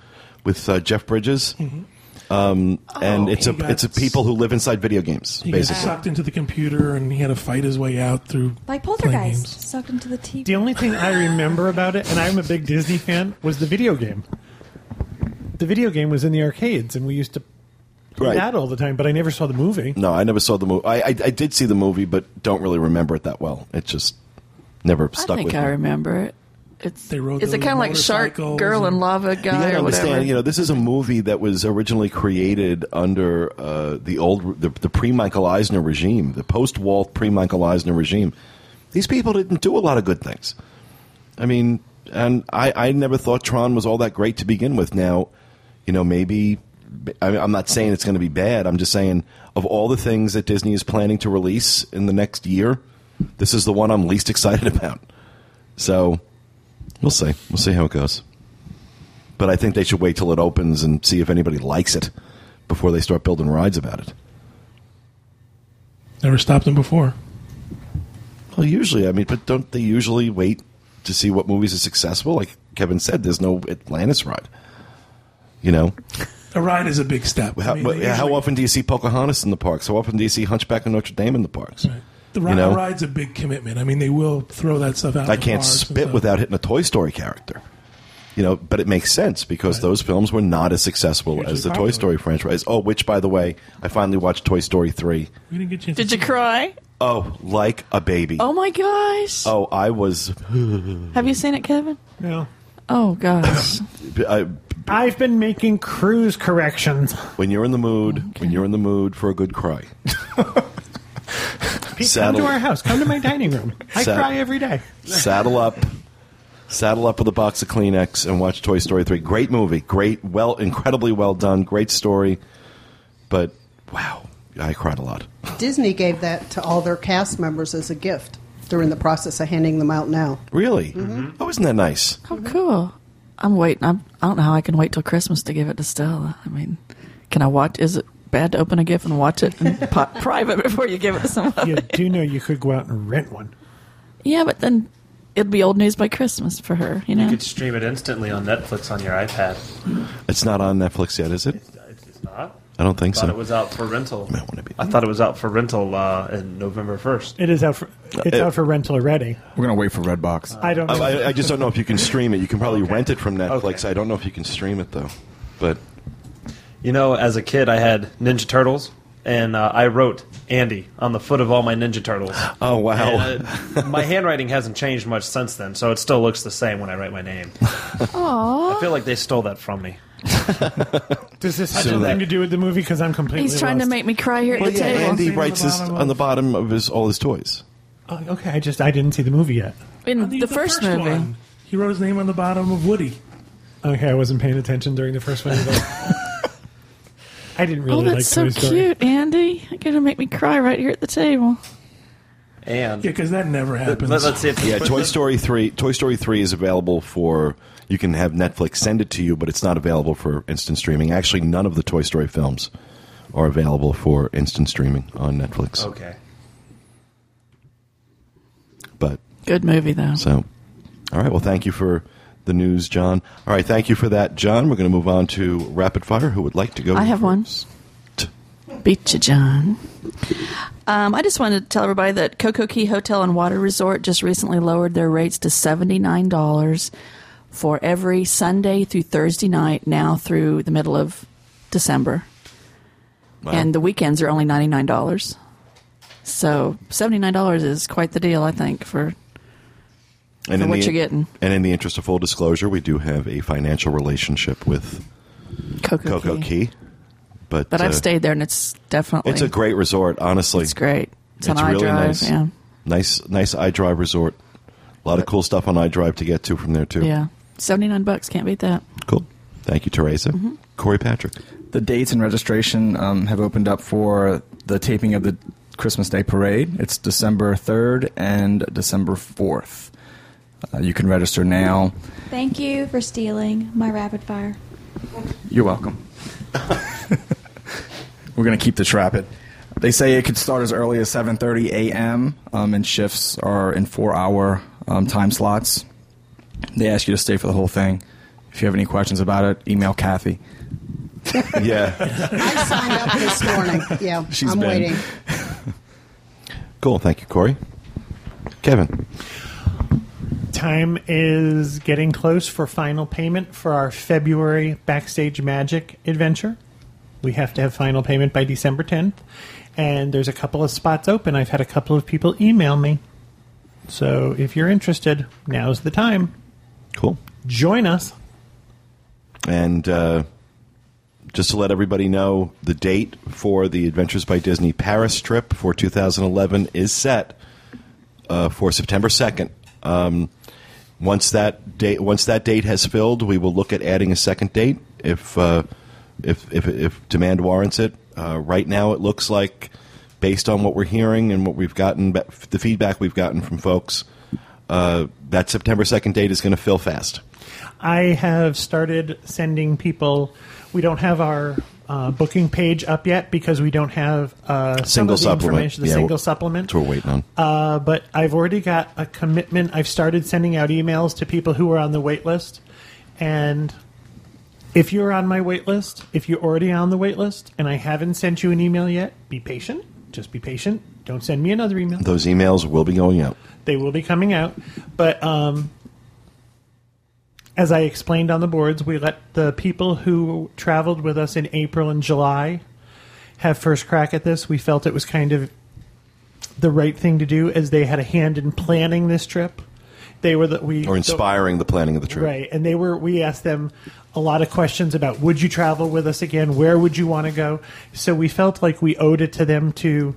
A: with uh, Jeff Bridges, um, and it's a
B: he got-
A: it's a people who live inside video games.
B: He got
A: basically,
B: sucked into the computer and he had to fight his way out through
G: like
B: playing
G: Poltergeist
B: games.
G: sucked into the TV.
E: The only thing I remember about it, and I'm a big Disney fan, was the video game. The video game was in the arcades, and we used to play
A: Right.
E: that all the time. But I never saw the movie.
A: no, I never saw the movie. I, I I did see the movie, but don't really remember it that well. It just never
D: I
A: stuck
D: think
A: with
D: I
A: me.
D: remember it. It's
B: They rode
D: is it
B: those
D: kind of like Shark
B: motorcycles
D: Girl and
B: and-
A: You
D: Lava Guy
A: gotta
D: or
A: understand,
D: whatever?
A: you know, this is a movie that was originally created under uh, the old, the, the pre-Michael Eisner regime, the post-Walt pre-Michael Eisner regime. These people didn't do a lot of good things. I mean, and I, I never thought Tron was all that great to begin with. Now, you know, maybe I mean, I'm not saying it's going to be bad. I'm just saying of all the things that Disney is planning to release in the next year, this is the one I'm least excited about. So we'll see. We'll see how it goes. But I think they should wait till it opens and see if anybody likes it before they start building rides about it.
B: Never stopped them before.
A: Well, usually, I mean, but don't they usually wait to see what movies are successful? Like Kevin said, there's no Atlantis ride. You know,
B: A ride is a big step. I
A: how,
B: mean,
A: but
B: they
A: how
B: usually-
A: often do you see Pocahontas in the parks? How often do you see Hunchback of Notre Dame in the parks?
B: The
A: you
B: ride,
A: know?
B: a ride's a big commitment. I mean, they will throw that stuff out.
A: I
B: in the
A: can't
B: bars and
A: spit
B: stuff.
A: without hitting a Toy Story character. You know, but it makes sense because those films were not as successful
B: Hugely
A: as the Toy
B: popular.
A: Story franchise. Oh, which by the way, I finally watched Toy Story three.
B: We didn't get you.
D: Did you cry?
A: Oh, like a baby.
D: Oh my gosh!
A: Oh, I was.
D: Have you seen it, Kevin?
E: No.
D: Oh gosh!
A: I,
E: I've been making cruise corrections.
A: when you're in the mood, when you're in the mood for a good cry,
E: Pete,
A: Saddle-
E: Come to our house. Come to my dining room. I
A: Saddle-
E: cry every day.
A: saddle up, saddle up with a box of Kleenex and watch Toy Story three. Great movie, great, well, incredibly well done, great story, but wow, I cried a lot.
H: Disney gave that to all their cast members as a gift. They're in the process of handing them out now.
A: Really?
C: Mm-hmm.
A: Oh, isn't that nice?
D: Oh cool! I'm waiting. I'm, I don't know how I can wait till Christmas to give it to Stella. I mean, can I watch? Is it bad to open a gift and watch it in po- private before you give it to someone?
E: You do know you could go out and rent one.
D: Yeah, but then it'll be old news by Christmas for her. You know.
C: You could stream it instantly on Netflix on your iPad.
A: It's not on Netflix yet, is it?
C: It's it's not.
A: I don't think
C: I thought
A: so.
C: it was out for rental.
A: might wanna be-
C: I thought it was out for rental uh, in November first.
E: It is out for it's
A: it-
E: out for rental already.
F: We're gonna wait for Redbox.
E: I don't.
A: I,
E: know.
A: I- I just don't know if you can stream it. You can probably rent it from Netflix.
C: Okay.
A: I don't know if you can stream it though. But
C: You know, as a kid, I had Ninja Turtles, and uh, I wrote Andy on the foot of all my Ninja Turtles.
A: oh wow,
C: And, uh, my handwriting hasn't changed much since then, so it still looks the same when I write my name. I feel like they stole that from me.
E: Does this have
A: So that-
E: something to do with the movie? Because I'm completely.
D: He's trying to
E: lost.
D: make me cry here at
A: Well,
D: the
A: yeah,
D: table.
A: Andy
B: Seen on
A: writes
B: the
A: his
B: bottom of-
A: on the bottom of his all his toys.
E: Oh, okay, I just I didn't see the movie yet.
D: In
B: The,
D: the, first, movie.
B: one, he wrote his name on the bottom of Woody.
E: Okay, I wasn't paying attention during the first one. Either. I didn't really
D: Oh,
E: like
D: that's so
E: Toy Story.
D: cute, Andy. You're gonna make me cry right here at the table.
C: And
B: Yeah, because that never happens.
C: let, us see if
A: Yeah, Toy Story three. Toy Story three is available for. You can have Netflix send it to you, but it's not available for instant streaming. Actually, none of the Toy Story films are available for instant streaming on Netflix.
C: Okay.
A: But
D: Good movie though.
A: So, all right. Well, thank you for the news, John. All right. Thank you for that, John. We're going to move on to rapid fire. Who would like to go?
D: I have one.
A: first?
D: Beat you, John. Um, I just wanted to tell everybody that Coco Key Hotel and Water Resort just recently lowered their rates to $79 for every Sunday through Thursday night now through the middle of December.
A: Wow.
D: And the weekends are only $99. So $79 is quite the deal, I think, for
A: And
D: for
A: in
D: what
A: the-
D: you're getting.
A: And in the interest of full disclosure, we do have a financial relationship with
D: Coco,
A: Coco
D: Key.
A: Key, but
D: But I've
A: uh,
D: stayed there and it's definitely
A: It's a great resort, honestly.
D: it's great. It's,
A: It's
D: an
A: really
D: iDrive.
A: nice.
D: Yeah.
A: Nice, nice iDrive resort. A lot of cool stuff on iDrive to get to from there too.
D: Yeah. 79 bucks, can't beat that.
A: Cool. Thank you, Teresa.
D: Mm-hmm.
A: Corey Patrick.
F: The dates and registration um, have opened up for the taping of the Christmas Day Parade. It's December 3rd and December 4th. Uh, you can register now.
G: Thank you for stealing my rapid fire.
F: You're welcome. We're going to keep this rapid. They say it could start as early as 7:30 a.m. Um, and shifts are in four-hour um, time slots. They ask you to stay for the whole thing. If you have any questions about it, email Kathy.
A: Yeah.
H: I signed up this morning. Yeah, Um,
F: She's
H: I'm
F: been.
H: waiting.
A: cool. Thank you, Corey. Kevin.
E: Time is getting close for final payment for our February Backstage Magic adventure. We have to have final payment by December 10th. And there's a couple of spots open. I've had a couple of people email me. So if you're interested, now's the time.
A: Cool.
E: Join us.
A: And uh, just to let everybody know, the date for the Adventures by Disney Paris trip for 2011 is set uh, for September 2nd. Um, once that date, once that date has filled, we will look at adding a second date if uh, if if, if demand warrants it. Uh, right now, it looks like, based on what we're hearing and what we've gotten, ba- the feedback we've gotten from folks, uh, that September second date is going to fill fast.
E: I have started sending people. We don't have our uh, booking page up yet because we don't have uh, some
A: Single
E: of the
A: supplement.
E: information, the
A: Yeah,
E: single
A: we're-
E: supplement.
A: That's what we're waiting on.
E: Uh, but I've already got a commitment. I've started sending out emails to people who are on the wait list. And if you're on my wait list, if you're already on the wait list and I haven't sent you an email yet, be patient. Just be patient. Don't send me another email.
A: Those emails will be going out.
E: They will be coming out. But um, as I explained on the boards, we let the people who traveled with us in April and July have first crack at this. We felt it was kind of the right thing to do as they had a hand in planning this trip. They were the we
A: Or inspiring the planning of the trip.
E: Right, and they were. We asked them a lot of questions about would you travel with us again? Where would you want to go? So we felt like we owed it to them to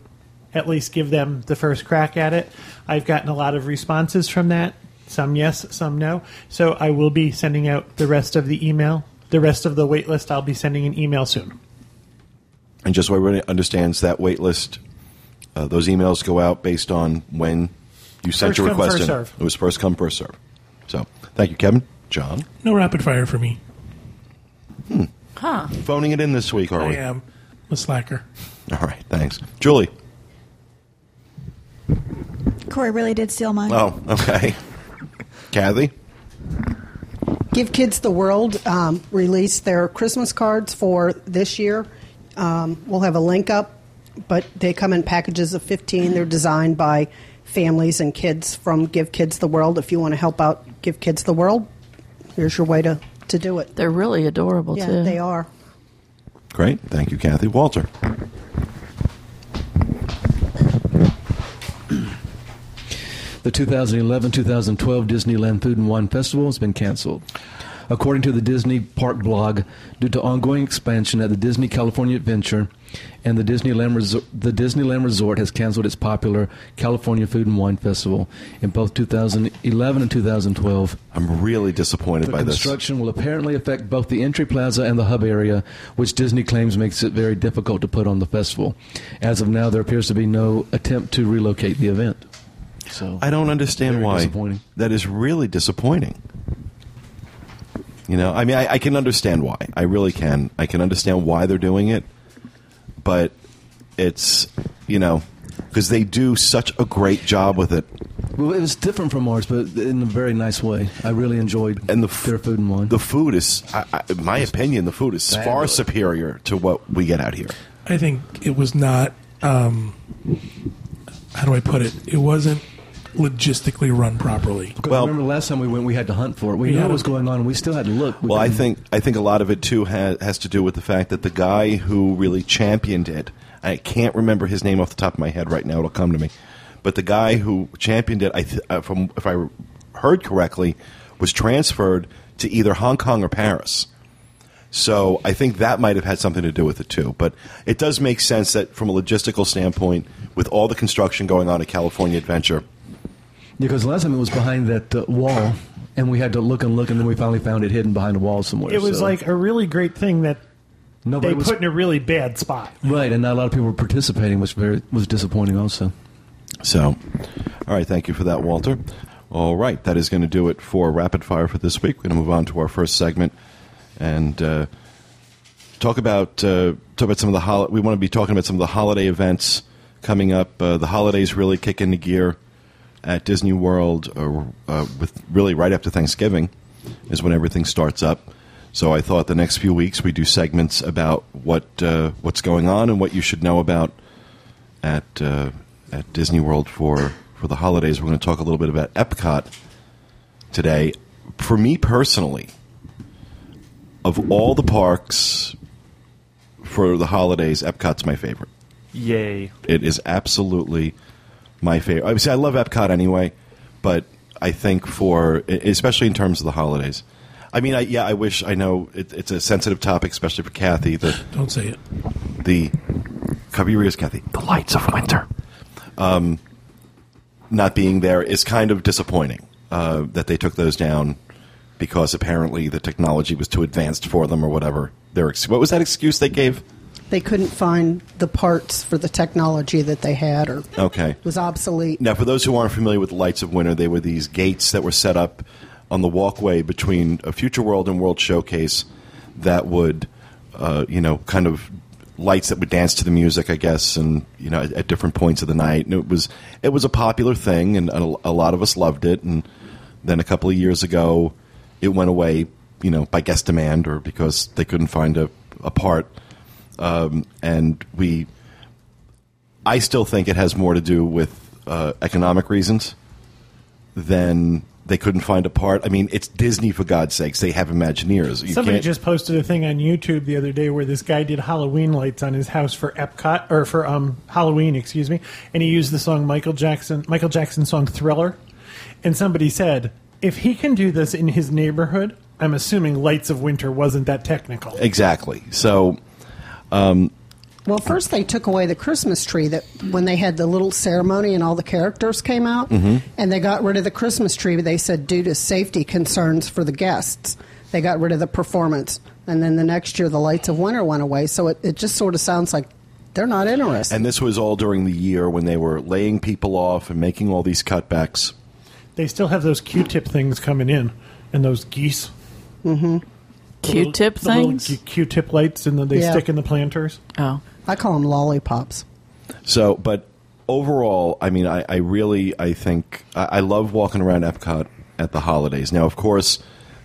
E: at least give them the first crack at it. I've gotten a lot of responses from that. Some yes, some no. So I will be sending out the rest of the email, the rest of the wait list. I'll be sending an email soon.
A: And just so everybody understands, that wait list, uh, those emails go out based on when you sent
E: First
A: your
E: come,
A: request
E: first
A: in.
E: serve.
A: It was first come, first serve. So thank you, Kevin. John,
B: No rapid fire for me.
A: phoning it in this week, Hmm. are
B: I
A: we?
B: am a slacker.
A: All right, thanks. Julie.
G: Corey really did steal mine.
A: Oh, okay. Kathy.
H: Give Kids the World um, released their Christmas cards for this year. Um, we'll have a link up, but they come in packages of 15. They're designed by families and kids from Give Kids the World. If you want to help out Give Kids the World, here's your way to, to do it.
D: They're really adorable
H: Yeah,
D: too.
H: they are.
A: Great. Thank you, Kathy. Walter.
I: The 2011-2012 Disneyland Food and Wine Festival has been canceled. According to the Disney Park blog, due to ongoing expansion at the Disney California Adventure and the Disneyland Resort, the Disneyland Resort has canceled its popular California Food and Wine Festival in both 2011 and 2012.
A: I'm really disappointed
I: The
A: by this.
I: construction will apparently affect both the entry plaza and the hub area, which Disney claims makes it very difficult to put on the festival. As of now, there appears to be no attempt to relocate the event. So
A: I don't understand
I: Very
A: why.
I: disappointing.
A: That is really disappointing. You know, I mean, I, I can understand why. I really can. I can understand why they're doing it, but it's you know because they do such a great job with it.
I: Well, it was different from ours, but in a very nice way. I really enjoyed
A: And the f-
I: their food and wine.
A: The food is, I, I, in my opinion, the food is far
I: Fabulous.
A: superior to what we get out here.
B: I think it was not. Um, how do I put it? It wasn't logistically run properly.
I: Because
A: well-
I: remember last time we went, we had to hunt for it. We knew
B: Yeah.
I: what was going on, and we still had to look. We
A: Well, I
I: couldn't-
A: think I think a lot of it too has, has to do with the fact that the guy who really championed it, I can't remember his name off the top of my head right now. It'll come to me, but the guy who championed it, I th- uh, from if I heard correctly, was transferred to either Hong Kong or Paris. So I think that might have had something to do with it too. But it does make sense that from a logistical standpoint, with all the construction going on at California Adventure,
I: because last time it was behind that uh, wall, and we had to look and look, and then we finally found it hidden behind a wall somewhere.
E: It was
I: so
E: like a really great thing that
I: nobody
E: they
I: was
E: put in a really bad spot.
I: right, and not a lot of people were participating, which very, was disappointing. Also,
A: So, all right, thank you for that, Walter. All right, that is going to do it for rapid fire for this week. We're going to move on to our first segment and uh, talk about uh, talk about some of the hol- we want to be talking about some of the holiday events coming up. Uh, the holidays really kick into gear at Disney World, or uh, with really right after Thanksgiving is when everything starts up. So I thought the next few weeks we do segments about what uh, what's going on and what you should know about at uh, at Disney World for for the holidays. We're going to talk a little bit about Epcot today. For me personally, of all the parks for the holidays, Epcot's my favorite.
C: Yay.
A: It is absolutely my favorite. I see, I love Epcot anyway, but I think for e-, especially in terms of the holidays. I mean, I, yeah, I wish I know it, it's a sensitive topic, especially for Kathy. The
B: Don't say it.
A: the cover your ears, Kathy. The lights of winter. Um, not being there is kind of disappointing uh, that they took those down because apparently the technology was too advanced for them or whatever. their ex- what was that excuse they gave?
H: They couldn't find the parts for the technology that they had or
A: Okay.
H: was obsolete.
A: Now, for those who aren't familiar with the Lights of Winter, they were these gates that were set up on the walkway between a Future World and World Showcase that would, uh, you know, kind of lights that would dance to the music, I guess, and you know, at, at different points of the night. And it was it was a popular thing, and a, a lot of us loved it. And then a couple of years ago, it went away, you know, by guest demand or because they couldn't find a, a part. Um, and we I still think it has more to do with uh, economic reasons than they couldn't find a part. I mean, it's Disney for God's sakes; they have Imagineers. You
E: Somebody
A: can't-
E: just posted a thing on YouTube the other day where this guy did Halloween lights on his house for Epcot or for um, Halloween, excuse me, and he used the song Michael Jackson Michael Jackson song Thriller, and somebody said if he can do this in his neighborhood, I'm assuming Lights of Winter wasn't that technical.
A: exactly. So um,
H: Well, first they took away the Christmas tree that when they had the little ceremony and all the characters came out,
A: mm-hmm.
H: and they got rid of the Christmas tree. They said due to safety concerns for the guests, they got rid of the performance. And then the next year, the lights of winter went away. So it, it just sort of sounds like they're not interested.
A: and this was all during the year when they were laying people off and making all these cutbacks.
E: They still have those Q-tip things coming in, and those geese
D: Mm-hmm. Q-tip
E: the little
D: things.
E: Q- Q-tip lights, and then they
H: Yeah.
E: stick in the planters.
D: oh,
H: I call them lollipops.
A: So, but overall, I mean, I, I really, I think, I, I love walking around Epcot at the holidays. Now, of course,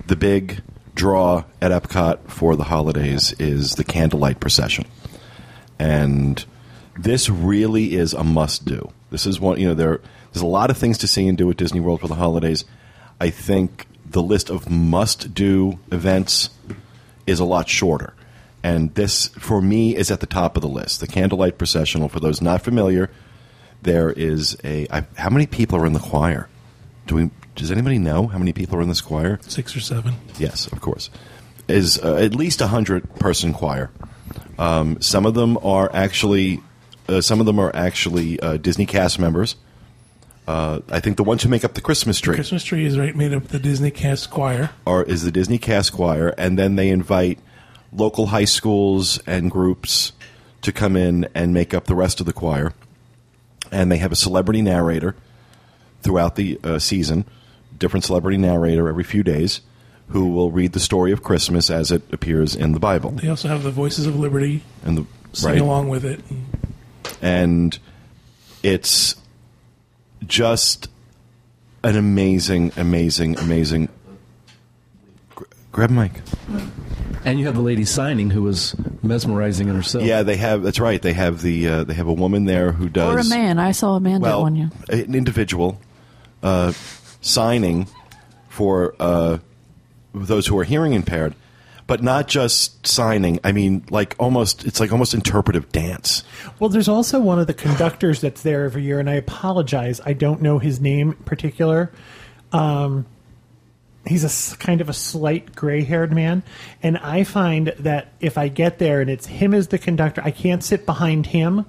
A: the big draw at Epcot for the holidays is the candlelight procession, and this really is a must-do. This is one, you know, there, there's a lot of things to see and do at Disney World for the holidays. I think the list of must-do events is a lot shorter. And this, for me, is at the top of the list. The candlelight processional. For those not familiar, there is a. I, how many people are in the choir? Do we? Does anybody know how many people are in this choir?
B: six or seven.
A: Yes, of course. Is uh, at least a hundred person choir. Um, some of them are actually, uh, some of them are actually uh, Disney cast members. Uh, I think the ones who make up the Christmas tree
B: Christmas tree is right made up of the Disney cast choir.
A: are is the Disney Cast Choir, and then they invite local high schools and groups to come in and make up the rest of the choir. And they have a celebrity narrator throughout the uh, season, different celebrity narrator every few days, who will read the story of Christmas as it appears in the Bible.
B: They also have the Voices of Liberty
A: And the
B: sing along with it. And
A: and it's just an amazing, amazing, amazing. Gr- Grab Mike.
I: And you have the lady signing who was mesmerizing in herself.
A: Yeah, they have. That's right. They have the uh, they have a woman there who does
D: or a man. I saw a man
A: well,
D: do one. Yeah.
A: an individual uh, signing for uh, those who are hearing impaired, but not just signing. I mean, like almost it's like almost interpretive dance.
E: Well, there's also one of the conductors that's there every year, and I apologize, I don't know his name in particular. Um, he's a s- kind of a slight gray-haired man, and I find that if I get there and it's him as the conductor, I can't sit behind him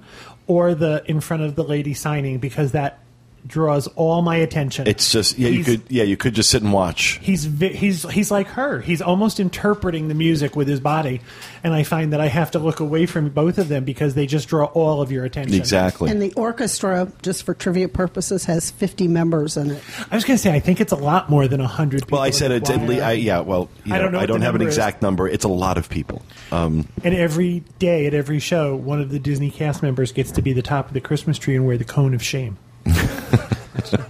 E: or the in front of the lady signing because that draws all my attention.
A: It's just yeah, you
E: He's-
A: could yeah, you could just sit and watch.
E: he's vi- he's he's like her. He's almost interpreting the music with his body, and I find that I have to look away from both of them because they just draw all of your attention.
A: Exactly.
H: And the orchestra, just for trivia purposes, has 50 members in it.
E: I was going to say I think it's a lot more than hundred.
A: well, I said it's at least, I, yeah. Well, you
E: I
A: know,
E: don't know
A: I
E: what
A: don't
E: the
A: have an
E: number is.
A: exact number. It's a lot of people. Um,
E: And every day at every show, one of the Disney cast members gets to be the top of the Christmas tree and wear the cone of shame.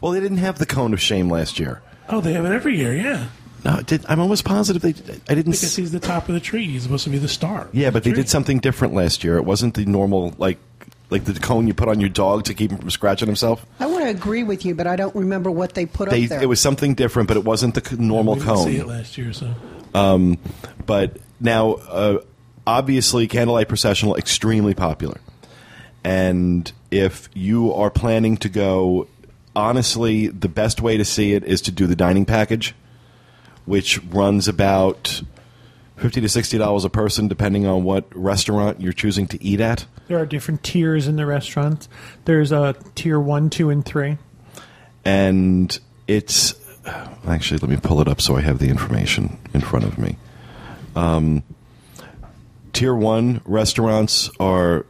A: Well, they didn't have the cone of shame last year.
B: oh, they have it every year. Yeah,
A: No, it did, I'm almost positive they. I didn't.
B: because he's the top of the tree. He's supposed to be the star.
A: Yeah,
B: of
A: but
B: the
A: they
B: tree.
A: did something different last year. It wasn't the normal like like the cone you put on your dog to keep him from scratching himself.
H: I want to agree with you, but I don't remember what they put
A: They
H: up there.
A: it was something different, but it wasn't the c- normal
B: We didn't see it
A: cone. Um,
B: last year, so
A: But now, uh, obviously, candlelight processional extremely popular, and if you are planning to go, honestly, the best way to see it is to do the dining package, which runs about. Fifty to sixty dollars a person, depending on what restaurant you're choosing to eat at.
E: There are different tiers in the restaurants. There's a tier one, two, and three.
A: and it's actually let me pull it up so I have the information in front of me. Um, tier one restaurants are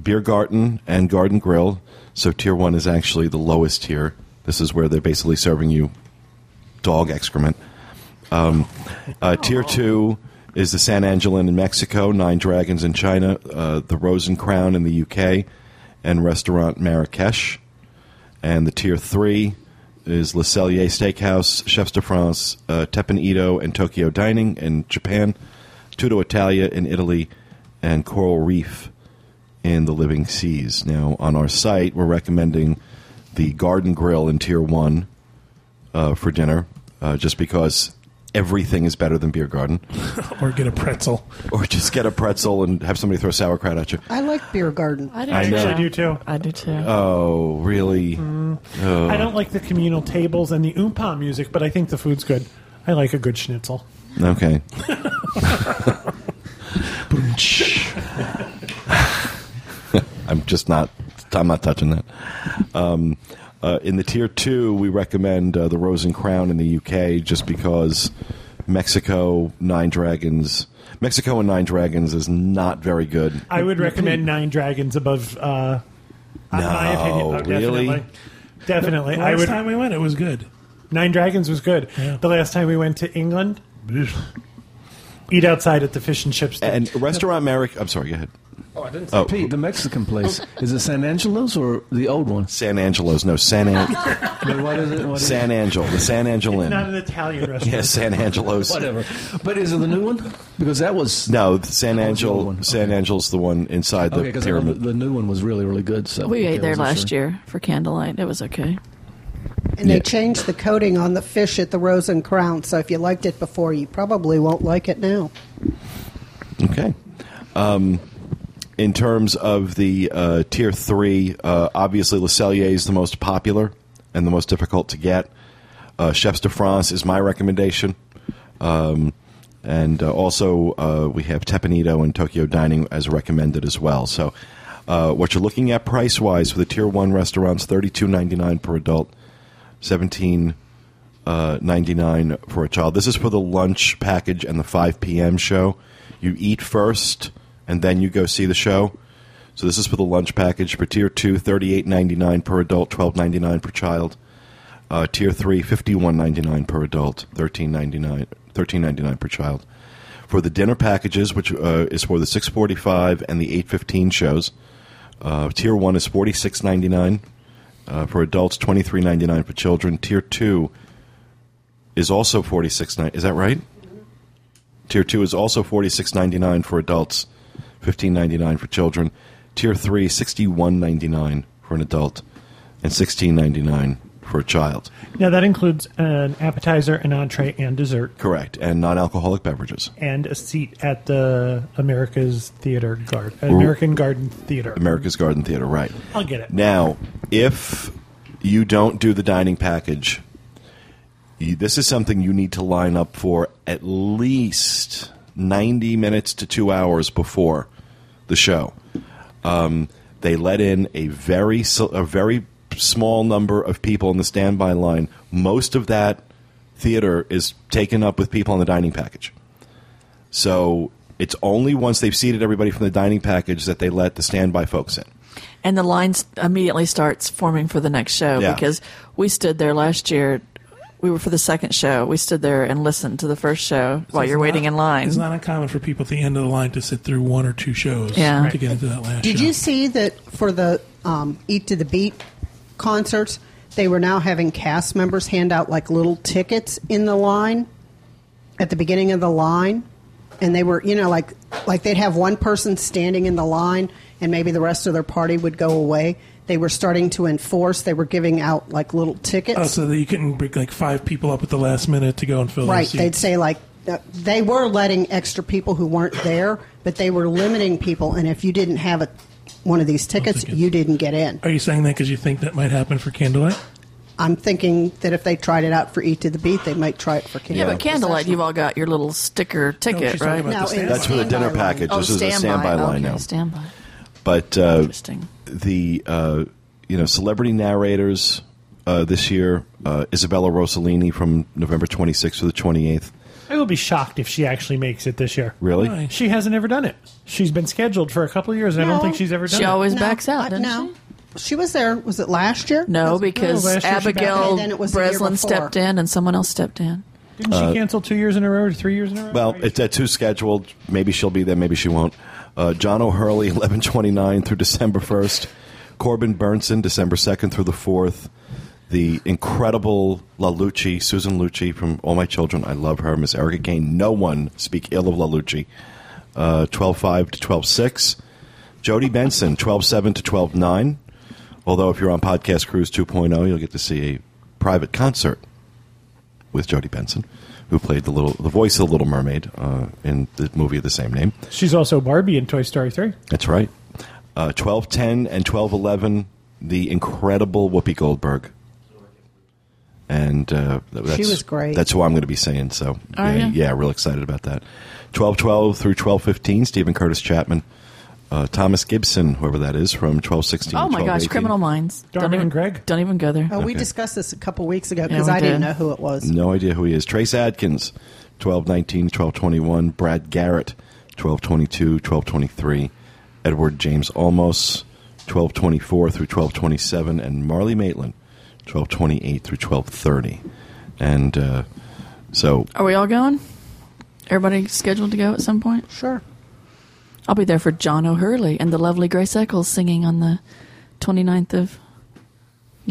A: Beer Garden and Garden Grill. So tier one is actually the lowest tier. This is where they're basically serving you dog excrement. Um, uh, tier two is the San Angelin in Mexico, Nine Dragons in China, uh, the Rose and Crown in the UK, and Restaurant Marrakesh. And the tier three is Le Cellier Steakhouse, Chefs de France, uh, Teppan Ito, and Tokyo Dining in Japan, Tutto Italia in Italy, and Coral Reef in the Living Seas. Now, on our site, we're recommending the Garden Grill in tier one uh, for dinner, uh, just because everything is better than Beer Garden.
B: or get a pretzel.
A: or just get a pretzel and have somebody throw sauerkraut at you.
H: I like beer garden.
D: I do
A: I
D: too.
A: know.
E: I do too.
D: I do too.
A: Oh, really?
B: Mm-hmm.
A: Oh.
E: I don't like the communal tables and the oompa music, but I think the food's good. I like a good schnitzel.
A: Okay. I'm just not. I'm not touching that. Um, uh, in the tier two, we recommend uh, the Rose and Crown in the UK, just because Mexico Nine Dragons, Mexico and Nine Dragons is not very good.
E: I would recommend Nine Dragons above. Uh, no, my opinion.
A: No,
E: Oh, definitely.
A: really?
E: Definitely.
B: The
E: I
B: last
E: would.
B: time we went, it was good.
E: Nine Dragons was good.
B: Yeah.
E: The last time we went to England, eat outside at the fish and chips.
A: And restaurant Merrick. I'm sorry. Go ahead.
C: Oh, I didn't.
A: Oh,
I: Pete, the Mexican place is it San Angelo's or the old one?
A: San Angelo's. No, San An-
I: I mean, what is it? What is
A: San Angel. The San Angel Inn.
E: not an Italian restaurant.
A: Yeah, San Angelo's.
I: it? Whatever. But is it the new one? Because that was
A: No, the San
I: That was the
A: Angel.
I: old one.
A: San Angel's the one inside the
I: okay. Because the,
A: pyramid.
I: the new one was really really good. So
D: we
I: okay,
D: ate there
I: wasn't
D: last
I: sure.
D: year for candlelight. It was okay.
H: And
A: Yeah.
H: they changed the coating on the fish at the Rose and Crown, so if you liked it before, you probably won't like it now.
A: Okay. Um, in terms of the uh, tier three, uh, obviously Le Cellier is the most popular and the most difficult to get. Uh, Chefs de France is my recommendation. Um, and uh, also, uh, we have Tepanito and Tokyo Dining as recommended as well. So, uh, what you're looking at price wise for the tier one restaurants thirty two ninety nine per adult, seventeen uh, 99 for a child. This is for the lunch package and the 5 p.m. show. You eat first and then you go see the show. So this is for the lunch package for tier 2 38.99 per adult, 12.99 per child. Uh, tier 3 51.99 per adult, 13.99 13.99 per child. For the dinner packages, which uh, is for the 6:45 and the 8:15 shows, uh, tier 1 is 46.99 uh, for adults, 23.99 for children. Tier 2 is also forty six nine. Is that right? Tier two is also forty six ninety nine for adults, fifteen ninety nine for children. Tier three sixty one ninety nine for an adult, and sixteen ninety nine for a child.
E: Now that includes an appetizer, an entree, and dessert,
A: Correct, and non alcoholic beverages.
E: and a seat at the America's Theater Garden, American Garden Theater.
A: America's Garden Theater, right?
E: I'll get it.
A: Now, if you don't do the dining package, you, this is something you need to line up for at least 90 minutes to two hours before the show. Um, they let in a very s- a very small number of people in the standby line. Most of that theater is taken up with people on the dining package. So it's only once they've seated everybody from the dining package that they let the standby folks in.
D: And the line s- immediately starts forming for the next show
A: Yeah.
D: because we stood there last year. We were for the second show. We stood there and listened to the first show while
B: It's
D: you're
B: not-
D: waiting in line.
B: It's not uncommon for people at the end of the line to sit through one or two shows
D: Yeah.
B: to get into that last
H: Did
B: show.
H: you see that for the um, Eat to the Beat concerts, they were now having cast members hand out like little tickets in the line at the beginning of the line, and they were you know like like they'd have one person standing in the line, and maybe the rest of their party would go away. They were starting to enforce. They were giving out like little tickets.
B: Oh, so that you couldn't bring like five people up at the last minute to go and fill their
H: Right.
B: seats.
H: They'd say like uh, they were letting extra people who weren't there, but they were limiting people. And if you didn't have a, one of these tickets,
B: tickets.
H: you didn't get in.
B: Are you saying that because you think that might happen for candlelight?
H: I'm thinking that if they tried it out for Eat to the Beat, they might try it for
D: yeah,
H: Candlelight.
D: but candlelight, you've all got your little sticker ticket,
B: she's talking
D: right?
B: about
H: No,
B: the
H: it's-
A: That's for the dinner
H: Standby line.
A: package.
D: oh,
A: this is a standby line
D: okay,
A: now.
D: Standby.
A: But uh,
D: Interesting.
A: the uh, you know celebrity narrators uh, this year, uh, Isabella Rossellini from November 26th to the 28th,
E: I will be shocked if she actually makes it this year.
A: Really?
B: Right.
E: She hasn't ever done it. She's been scheduled for a couple of years, and I don't
H: No.
E: think she's ever done
D: She
E: it.
D: always
H: No,
D: backs
H: I-
D: out, doesn't
H: no.
D: she?
H: She was there. Was it last year?
D: No, because
E: Oh, last year she backed out,
D: Abigail
H: and then it was the year
D: Breslin
H: before.
D: stepped in and someone else stepped in.
E: Didn't
A: Uh,
E: she cancel two years in a row or three years in a row?
A: Well, it's at two scheduled. Maybe she'll be there. Maybe she won't. Uh, John O'Hurley, eleven twenty nine through December first. Corbin Burnson, December second through the fourth. The incredible La Lucci, Susan Lucci from All My Children. I love her. Miss Erica Kane. No one speak ill of La Lucci. Uh, twelve five to twelve six. Jody Benson, twelve seven to twelve nine. Although if you're on Podcast Cruise 2.0, you'll get to see a private concert with Jodie Benson, who played the little the voice of the Little Mermaid uh, in the movie of the same name.
E: she's also Barbie in Toy Story 3.
A: That's right. Uh, twelve ten and twelve eleven, the incredible Whoopi Goldberg. And uh, th- that's,
H: was great.
A: That's who I'm going to be saying. So
D: Are
A: yeah,
D: ya?
A: yeah, real excited about that. Twelve twelve through twelve fifteen, Stephen Curtis Chapman. Uh, Thomas Gibson, whoever that is, from twelve sixteen.
D: Oh my gosh, Criminal Minds.
E: Darman
D: don't even,
E: and Greg?
D: Don't even go there.
H: Oh, we
A: Okay.
H: discussed this a couple weeks ago
D: Yeah,
H: because
D: we
H: I didn't
D: did.
H: know who it was.
A: No idea who he is. Trace Adkins, 1219, 1221. Brad Garrett, 1222, 1223. Edward James Almost, 1224 through 1227. And Marley Maitland, 1228 through 1230. And uh, so,
D: Are we all going? Everybody scheduled to go at some point?
H: Sure.
D: I'll be there for John O'Hurley and the lovely Grace Eccles singing on the 29th of
A: oh,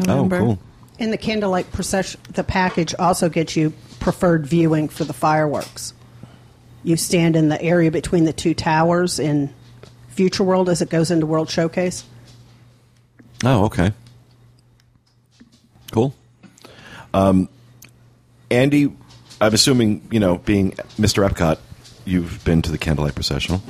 D: November.
A: cool.
H: And the candlelight procession, the package also gets you preferred viewing for the fireworks. You stand in the area between the two towers in Future World as it goes into World Showcase.
A: Oh, okay. Cool. Um, Andy, I'm assuming, you know, being Mr. Epcot, you've been to the Candlelight Processional.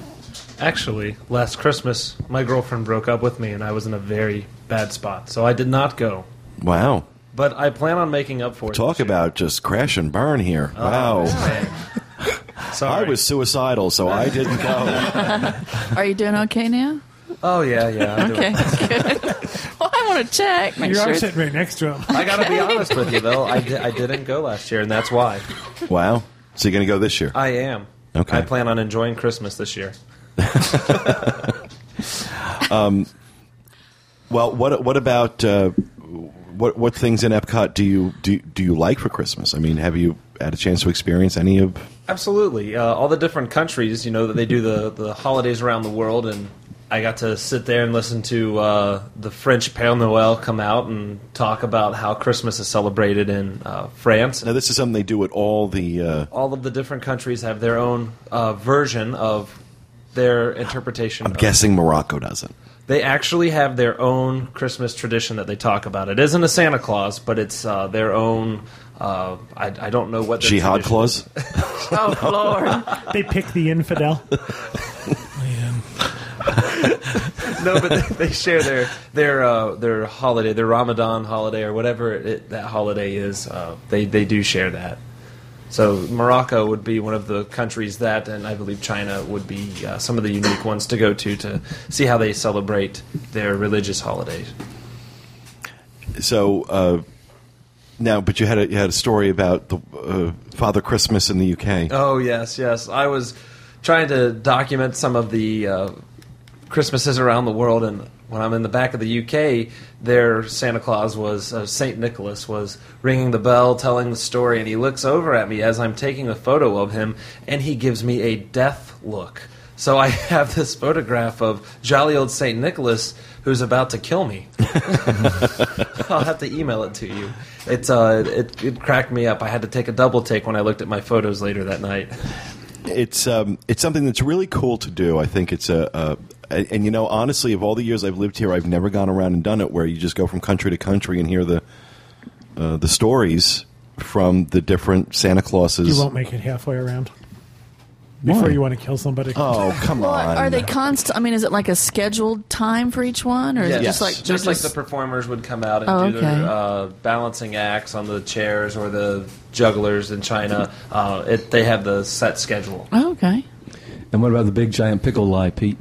C: Actually, last Christmas, my girlfriend broke up with me, and I was in a very bad spot, so I did not go.
A: Wow.
C: But I plan on making up for it.
A: Talk
C: this year. Uh,
A: about just crash and burn here. wow. I
C: Sorry.
A: was suicidal, so I didn't go.
D: Are you doing okay now?
C: Oh yeah, yeah. I'm
D: Okay,
C: Doing
D: good. well, I want to check. Make
E: You're
D: sure
E: all
D: it's-
E: sitting right next to him.
C: I gotta be honest with you though. I, di- I didn't go last year, and that's why
A: wow. So you're going to go this year?
C: I am.
A: Okay.
C: I plan on enjoying Christmas this year.
A: Um, well, what what about uh, what what things in Epcot do you do, do you like for Christmas? I mean, have you had a chance to experience any of?
C: Absolutely. Uh, all the different countries, you know, that they do the, the holidays around the world, and I got to sit there and listen to uh, the French Père Noël come out and talk about how Christmas is celebrated in uh, France.
A: Now, this is something they do at all the. Uh,
C: All of the different countries have their own uh, version of their interpretation.
A: I'm
C: of-
A: guessing Morocco doesn't.
C: They actually have their own Christmas tradition that they talk about. It isn't a Santa Claus, but it's uh, their own. Uh, I, I don't know what their
A: Jihad
C: tradition-
A: clause.
D: Oh Lord!
E: They pick the infidel.
C: no, but they, they share their their uh, their holiday, their Ramadan holiday or whatever it, that holiday is. Uh, they they do share that. So Morocco would be one of the countries that, and I believe China would be uh, some of the unique ones to go to to see how they celebrate their religious holidays.
A: So uh, now, but you had a, you had a story about the uh, Father Christmas in the UK.
C: Oh yes, yes. I was trying to document some of the uh, Christmases around the world, and when I'm in the back of the UK, their Santa Claus was uh, Saint Nicholas was ringing the bell, telling the story, and he looks over at me as I'm taking a photo of him, and he gives me a death look. So I have this photograph of jolly old Saint Nicholas who's about to kill me. I'll have to email it to you. It's uh, it, it cracked me up. I had to take a double take when I looked at my photos later that night.
A: it's um, it's something that's really cool to do. I think it's a, a and and, you know honestly, of all the years I've lived here, I've never gone around and done it where you just go from country to country and hear the uh, the stories from the different Santa Clauses.
E: You won't make it halfway around before
A: Why?
E: you want to kill somebody.
A: oh come
D: Well,
A: on!
D: are they constant? I mean, is it like a scheduled time for each one, or is it
A: Yes.
D: just like
C: just,
D: they're
C: like the performers would come out and
D: Oh,
C: do
D: okay.
C: their uh, balancing acts on the chairs or the jugglers in China. Uh, it, they have the set schedule.
D: Oh, okay.
I: And what about the big giant pickle lie, Pete?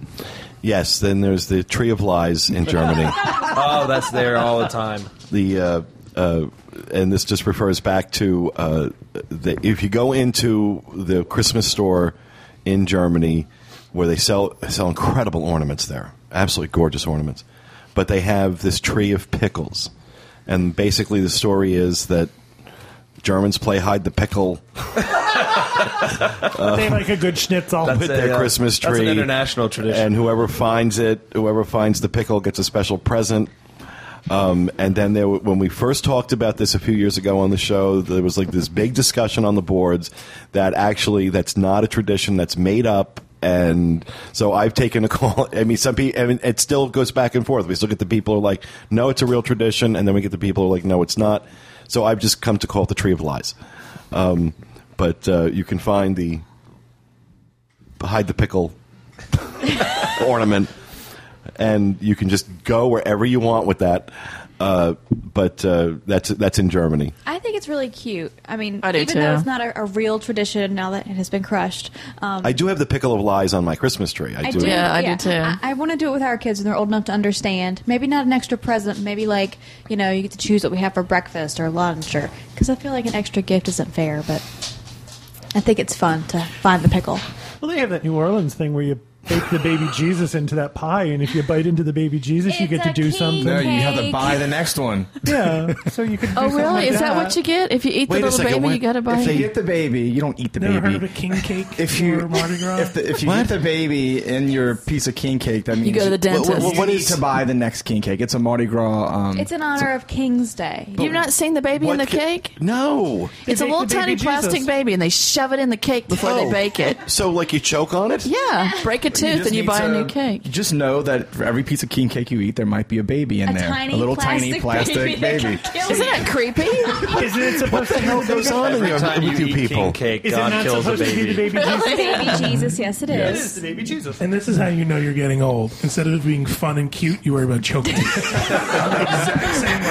A: yes, then there's the Tree of Lies in Germany.
C: Oh, that's there all the time.
A: the uh, uh, and this just refers back to uh, the, if you go into the Christmas store in Germany, where they sell sell incredible ornaments there, absolutely gorgeous ornaments, but they have this tree of pickles, and basically the story is that Germans play hide the pickle
E: they like a good schnitzel.
C: That's
A: with
C: a,
A: their
C: uh,
A: Christmas tree.
C: that's an international tradition.
A: And whoever finds it, whoever finds the pickle gets a special present. Um, and then there, when we first talked about this a few years ago on the show, there was like this big discussion on the boards that actually that's not a tradition that's made up. And so I've taken a call. I mean, some people, I mean, it still goes back and forth. We still get the people who are like, no, it's a real tradition. And then we get the people who are like, no, it's not. So I've just come to call it the tree of lies. Um, but uh, you can find the hide the pickle ornament, and you can just go wherever you want with that. Uh, but uh, that's that's in Germany.
G: I think it's really cute. I mean,
D: I do
G: even though
D: too.
G: it's not a, a real tradition now that it has been crushed. Um,
A: I do have the pickle of lies on my Christmas tree. I, do.
D: Yeah, I do too.
G: I, I want to do it with our kids when they're old enough to understand. Maybe not an extra present. Maybe like you know, you get to choose what we have for breakfast or lunch, or because I feel like an extra gift isn't fair. But I think it's fun to find the pickle.
E: Well, they have that New Orleans thing where you bake the baby Jesus into that pie, and if you bite into the baby Jesus, you
G: It's
E: get to
G: a
E: do
G: king.
E: something.
F: No, you have to
G: Cake.
F: buy the next one.
E: Yeah, so you could. Do
D: Oh,
E: something
D: really?
E: like
D: Is that
E: that
D: what you get if you eat the
F: Wait a
D: little
F: second.
D: baby?
F: when-
D: You got to buy.
F: If they
D: it?
F: get the baby, you don't eat the
B: Never
F: baby.
B: heard of a king cake
F: if you
B: or Mardi Gras?
F: if, the, if you eat the baby in your piece of king cake, that means
D: go to the
F: What- What,
D: dentist.
F: what, what is to buy the next king cake? It's a Mardi Gras. Um,
G: It's in honor of King's Day.
D: You've not seen the baby in the
A: What ca-
D: cake?
A: No.
D: It's a
E: bake
D: little
E: the baby
D: tiny plastic
E: Jesus.
D: baby, and they shove it in the cake before they
A: Oh.
D: bake it.
A: So like you choke on it.
D: Yeah, break a tooth
F: just
D: and you
F: need
D: buy a
F: to-
D: new cake.
F: Just know that for every piece of king cake you eat, there might be a baby in
G: A
F: there,
G: tiny
F: a little tiny
G: plastic
F: plastic
G: baby that
F: baby.
G: can kill
D: Isn't
G: you.
D: that creepy?
E: Isn't it supposed to
A: What goes on in
C: Every
A: your
C: time
A: with
C: you
A: you
C: eat king
A: people?
C: cake,
E: Is it
C: God
E: not
C: kills a
E: supposed to be the
C: baby.
E: baby Jesus?
G: baby Jesus. Yes, it is.
E: It is the baby Jesus.
B: And this is how you know you're getting old. Instead of it being fun and cute, you worry about choking. I'm the exact same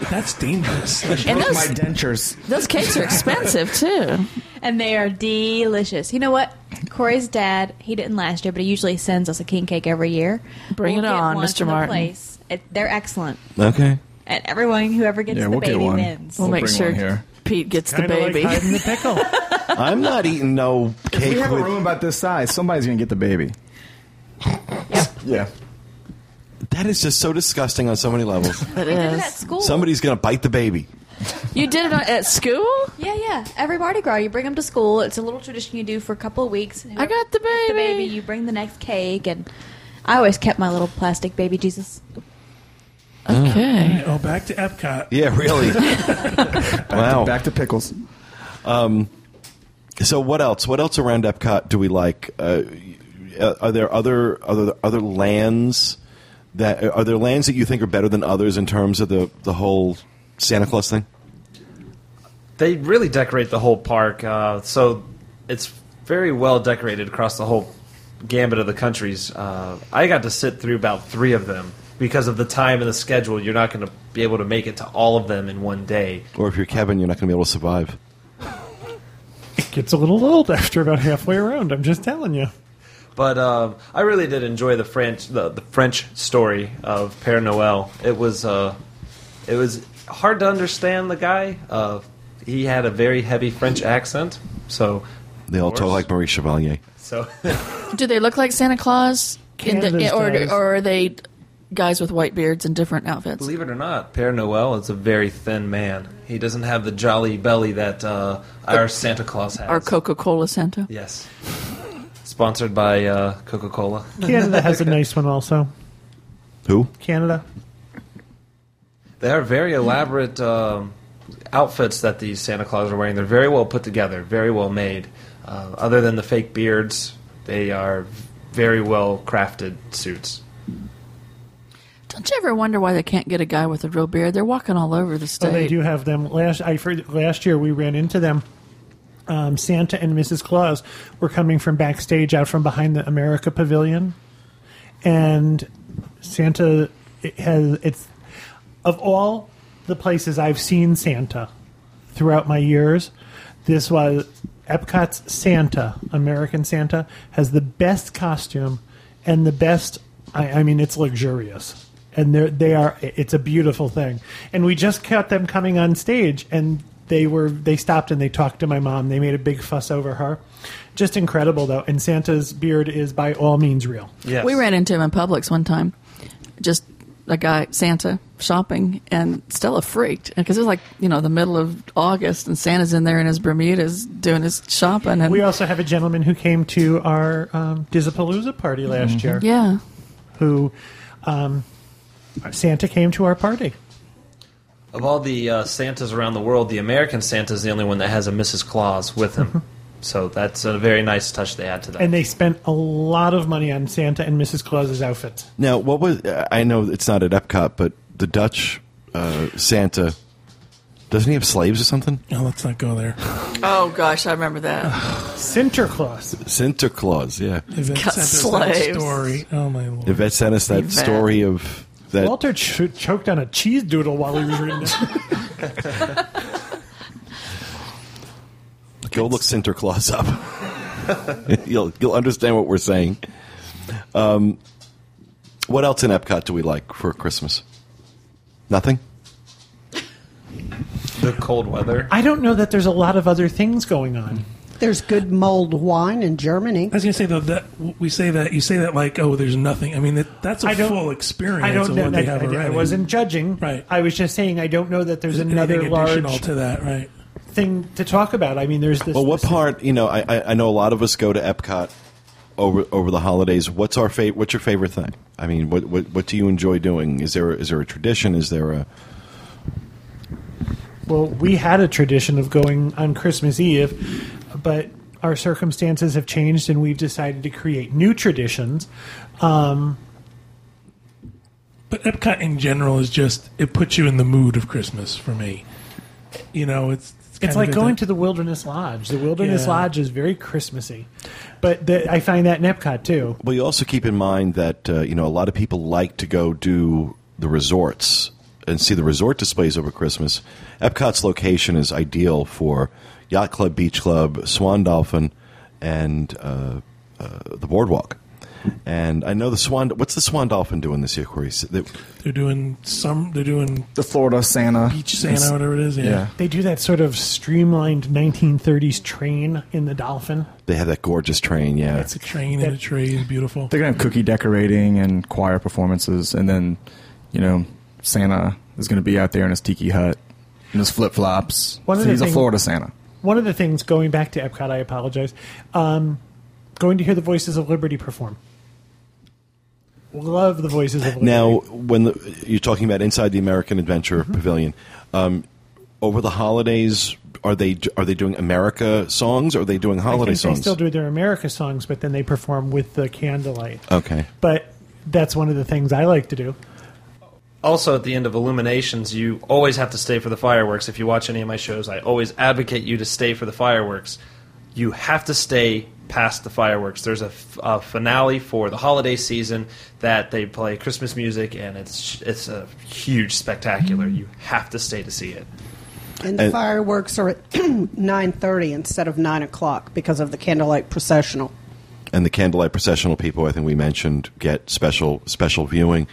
B: way. That's dangerous.
D: And
F: My
D: those
F: dentures.
D: those cakes are expensive too.
G: And they are delicious. You know what? Corey's dad, he didn't last year, but he usually sends us a king cake every year.
D: Bring it
G: get
D: on,
G: one
D: Mr.
G: from the
D: Martin.
G: place. It- they're excellent.
A: Okay.
G: And everyone, whoever gets
F: Yeah,
G: the
F: we'll
G: baby
F: get one.
G: wins.
D: We'll, make
F: bring
D: sure
F: one here.
D: Pete gets the
E: Kinda like
D: baby.
E: hiding the pickle.
A: I'm not eating no
F: We
A: cake
F: have a
A: with.
F: room about this size. Somebody's gonna get the baby. Yeah.
A: That is just so disgusting on so many levels.
D: That
G: They did it at
D: is.
G: school.
A: Somebody's gonna bite the baby.
D: You did it on- at school?
G: Yeah, yeah. Every Mardi Gras, you bring them to school. It's a little tradition you do for a couple of weeks.
D: I got the
G: Whoever gets the baby.
D: baby.
G: You bring the next cake, and I always kept my little plastic baby Jesus.
D: Okay.
B: oh, back to Epcot.
A: Yeah, really. wow. Um,
F: Back to pickles.
A: So what else? What else around Epcot do we like? Uh, uh, are there other other other lands that are there lands that you think are better than others in terms of the the whole Santa Claus thing?
C: They really decorate the whole park, uh, so it's very well decorated across the whole gambit of the countries. Uh, I got to sit through about three of them because of the time and the schedule. You're not going to be able to make it to all of them in one day.
A: Or if you're Kevin, you're not going to be able to survive.
E: It gets a little old after about halfway around. I'm just telling you.
C: But um, I really did enjoy the French the, the French story of Père Noël. It was uh, it was hard to understand the guy. Uh, he had a very heavy French accent, so
A: They all
C: Of
A: talk
C: course.
A: like Marie Chevalier.
C: so
D: Do they look like Santa Claus? In the,
E: Canada's
D: or,
E: does.
D: or are they guys with white beards and different outfits?
C: believe it or not, Père Noël is a very thin man. He doesn't have the jolly belly that uh, our Santa Claus has.
D: Or Coca Cola Santa?
C: yes, sponsored by uh, Coca Cola.
E: Canada has a nice one also.
A: Who?
E: Canada.
C: They are very elaborate um, outfits that these Santa Claus are wearing. They're very well put together, very well made. Uh, other than the fake beards, they are very well crafted suits.
D: Don't you ever wonder why they can't get a guy with a real beard? They're walking all over the
E: Oh,
D: state.
E: they do have them. Last I heard, last year we ran into them. Um, Santa and Mrs. Claus were coming from backstage out from behind the America Pavilion, and Santa it has it's of all the places I've seen Santa throughout my years. This was Epcot's Santa, American Santa, has the best costume and the best. I, I mean, it's luxurious. and they're they are it's a beautiful thing. And we just caught them coming on stage, and they were they stopped and they talked to my mom. They made a big fuss over her. Just incredible though. And Santa's beard is by all means real.
C: Yes.
D: We ran into him in Publix one time, just a guy Santa shopping, and Stella freaked because it was like you know the middle of August, and Santa's in there in his Bermudas doing his shopping, and
E: We also have a gentleman who came to our um, Dizapalooza party last
D: Mm-hmm.
E: year.
D: yeah,
E: Who um, Santa came to our party.
C: Of all the uh, Santas around the world, the American Santa is the only one that has a Mrs. Claus with him. so that's a very nice touch they add to that.
E: And they spent a lot of money on Santa and Mrs. Claus's outfits.
A: Now, what was I know it's not at Epcot, but the Dutch uh, Santa doesn't he have slaves or something?
B: No, let's not go there.
D: oh gosh, I remember that.
E: Sinterklaas.
A: Sinterklaas, yeah.
B: Yvette
D: Got
B: sent us that
D: slaves.
B: story. Oh my lord!
A: Yvette sent us that
D: Yvette.
A: story of that.
E: Uh, Walter ch- choked on a cheese doodle while he was reading it.
A: Go look Sinterklaas up. you'll you'll understand what we're saying. Um, what else in Epcot do we like for Christmas? Nothing.
C: the cold weather.
E: I don't know that there's a lot of other things going on.
H: There's good mulled wine in Germany.
B: I was gonna say though that we say that you say that like oh there's nothing. I mean that, that's a
E: I don't-
B: full experience.
E: I don't
B: of
E: know.
B: what
E: That,
B: they have
E: I, I
B: already.
E: wasn't judging.
B: Right.
E: I was just saying I don't know that there's another
B: Anything
E: large
B: additional to that, right?
E: thing to talk about. I mean, there's this.
A: Well, what
E: this-
A: part? You know, I, I I know a lot of us go to Epcot over over the holidays. What's our favorite? What's your favorite thing? I mean, what, what what do you enjoy doing? Is there is there a tradition? Is there a
E: Well, we had a tradition of going on Christmas Eve, but our circumstances have changed, and we've decided to create new traditions. Um,
B: But Epcot in general is just it puts you in the mood of Christmas for me. You know, it's kind
E: It's
B: of
E: like
B: a
E: going
B: thing.
E: to the Wilderness Lodge. The Wilderness
B: Yeah.
E: Lodge is very Christmassy, but the, I find that in Epcot too.
A: Well, you also keep in mind that uh, you know a lot of people like to go do the resorts and see the resort displays over Christmas. Epcot's location is ideal for yacht club, beach club, Swan Dolphin, and uh, uh, the boardwalk. And I know the Swan. What's the Swan Dolphin doing this year, Corey? S- they-
B: they're doing
F: Um,
B: some they're doing
F: The Florida Santa.
B: beach Santa whatever it is. Yeah.
F: Yeah.
E: They do that sort of streamlined 1930s train in the Dolphin.
A: They have that gorgeous train. Yeah,
B: It's a train in a tree and beautiful.
F: They're gonna have cookie decorating and choir performances, and then, you know, Santa is gonna be out there in his tiki hut, in his flip flops.
E: One of the
F: He's a
E: thing-
F: Florida Santa.
E: One of the things going back to Epcot, I apologize. Um, going to hear the Voices of Liberty perform. Love the Voices of Liberty.
A: Now, when the, you're talking about inside the American Adventure
E: Mm-hmm.
A: Pavilion, um, over the holidays, are they are they doing America songs? Or are they doing
E: I
A: holiday
E: think
A: songs?
E: they still do their America songs, but then they perform with the candlelight.
A: Okay.
E: But that's one of the things I like to do.
C: Also, at the end of Illuminations, you always have to stay for the fireworks. If you watch any of my shows, I always advocate you to stay for the fireworks. You have to stay past the fireworks. There's a, f- a finale for the holiday season that they play Christmas music, and it's it's a huge spectacular. You have to stay to see it.
H: And the
A: And-
H: fireworks are at 9.30 instead of 9 o'clock because of the candlelight processional.
A: and the candlelight processional people I think we mentioned get special special viewing.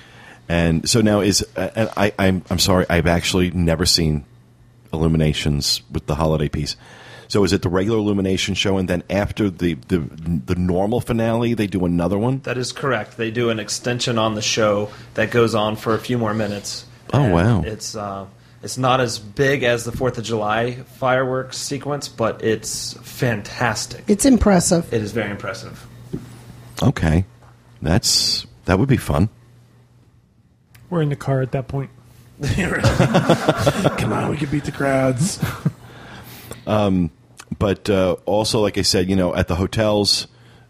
A: And so now is uh, and I I'm I'm sorry I've actually never seen illuminations with the holiday piece. So is it the regular illumination show and then after the the the normal finale they do another one?
C: That is correct. They do an extension on the show that goes on for a few more minutes.
A: Oh,
C: And
A: wow.
C: It's uh, it's not as big as the Fourth of July fireworks sequence, but it's fantastic.
H: It's impressive.
C: It is very impressive.
A: Okay. That's that would be fun.
E: We're in the car at that point.
B: Come on, we can beat the crowds.
A: Um, but uh, also, like I said, you know, at the hotels,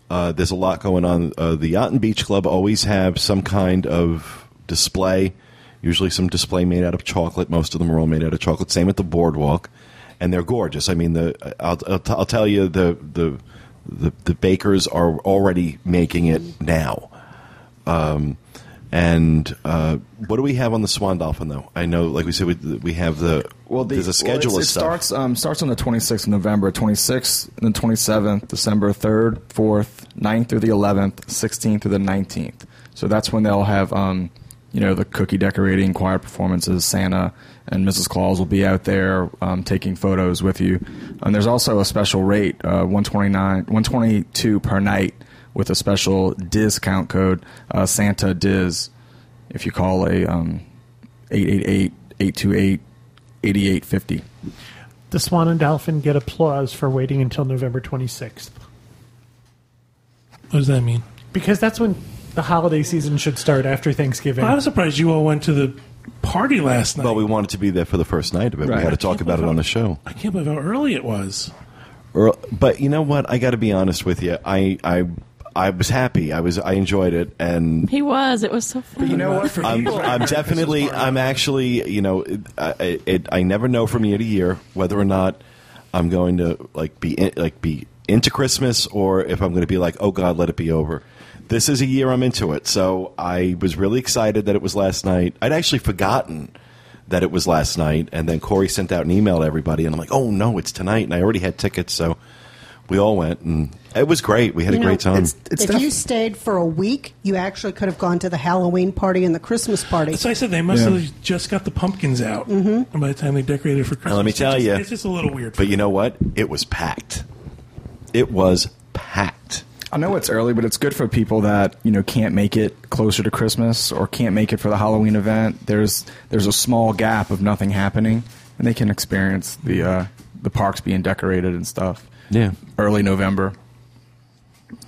A: uh, there's a lot going on. Uh, the Yacht and Beach Club always have some kind of display, usually some display made out of chocolate. Most of them are all made out of chocolate. Same at the boardwalk, and they're gorgeous. I mean, the I'll, I'll, t- I'll tell you the the the, the bakers are already making it now. Um, and uh, what do we have on the Swan Dolphin though? I know, like we said, we, we have the well,
F: the-
A: there's a schedule
F: well,
A: of
F: it's-
A: stuff.
F: It starts um, starts on the 26th of November, 26th, and the 27th, December 3rd, 4th, 9th through the 11th, 16th through the 19th. So that's when they'll have um, you know, the cookie decorating, choir performances, Santa and Mrs. Claus will be out there um, taking photos with you. And there's also a special rate, uh, 129, 122 per night with a special discount code, uh, Santa Diz. If you call a um, 888-828-8850.
E: The Swan and Dolphin get applause for waiting until November 26th
B: What does that mean?
E: because that's when the holiday season should start after Thanksgiving.
B: I'm surprised you all went to the party last night.
A: Well, we wanted to be there for the first night of it. We
F: Right.
A: had to talk about it on the show.
B: I can't believe how early it was.
A: Earl- but you know what? I got to be honest with you. I I I was happy. I was I enjoyed it, and
D: He was. It was so fun.
F: You know what?
A: I'm, I'm definitely I'm actually you know it, I, it, I never know from year to year whether or not I'm going to like be in, like be into Christmas or if I'm going to be like oh God let it be over. This is a year I'm into it, so I was really excited that it was last night. I'd actually forgotten that it was last night, and then Corey sent out an email to everybody, and I'm like, oh no, it's tonight, and I already had tickets, so we all went, and it was great. We had a
H: You know,
A: great time.
H: it's-
F: It's
H: if
F: def-
H: you stayed for a week, you actually could have gone to the Halloween party and the Christmas party.
B: So I said they must
F: Yeah.
B: have just got the pumpkins out
E: Mm-hmm.
B: by the time they decorated for Christmas.
A: Now, let me tell
B: it's
A: you,
B: just, it's just a little weird.
A: But you know what? It was packed. It was packed.
F: I know it's early, but it's good for people that you know can't make it closer to Christmas or can't make it for the Halloween event. There's there's a small gap of nothing happening, and they can experience the uh, the parks being decorated and stuff.
A: Yeah.
F: early November.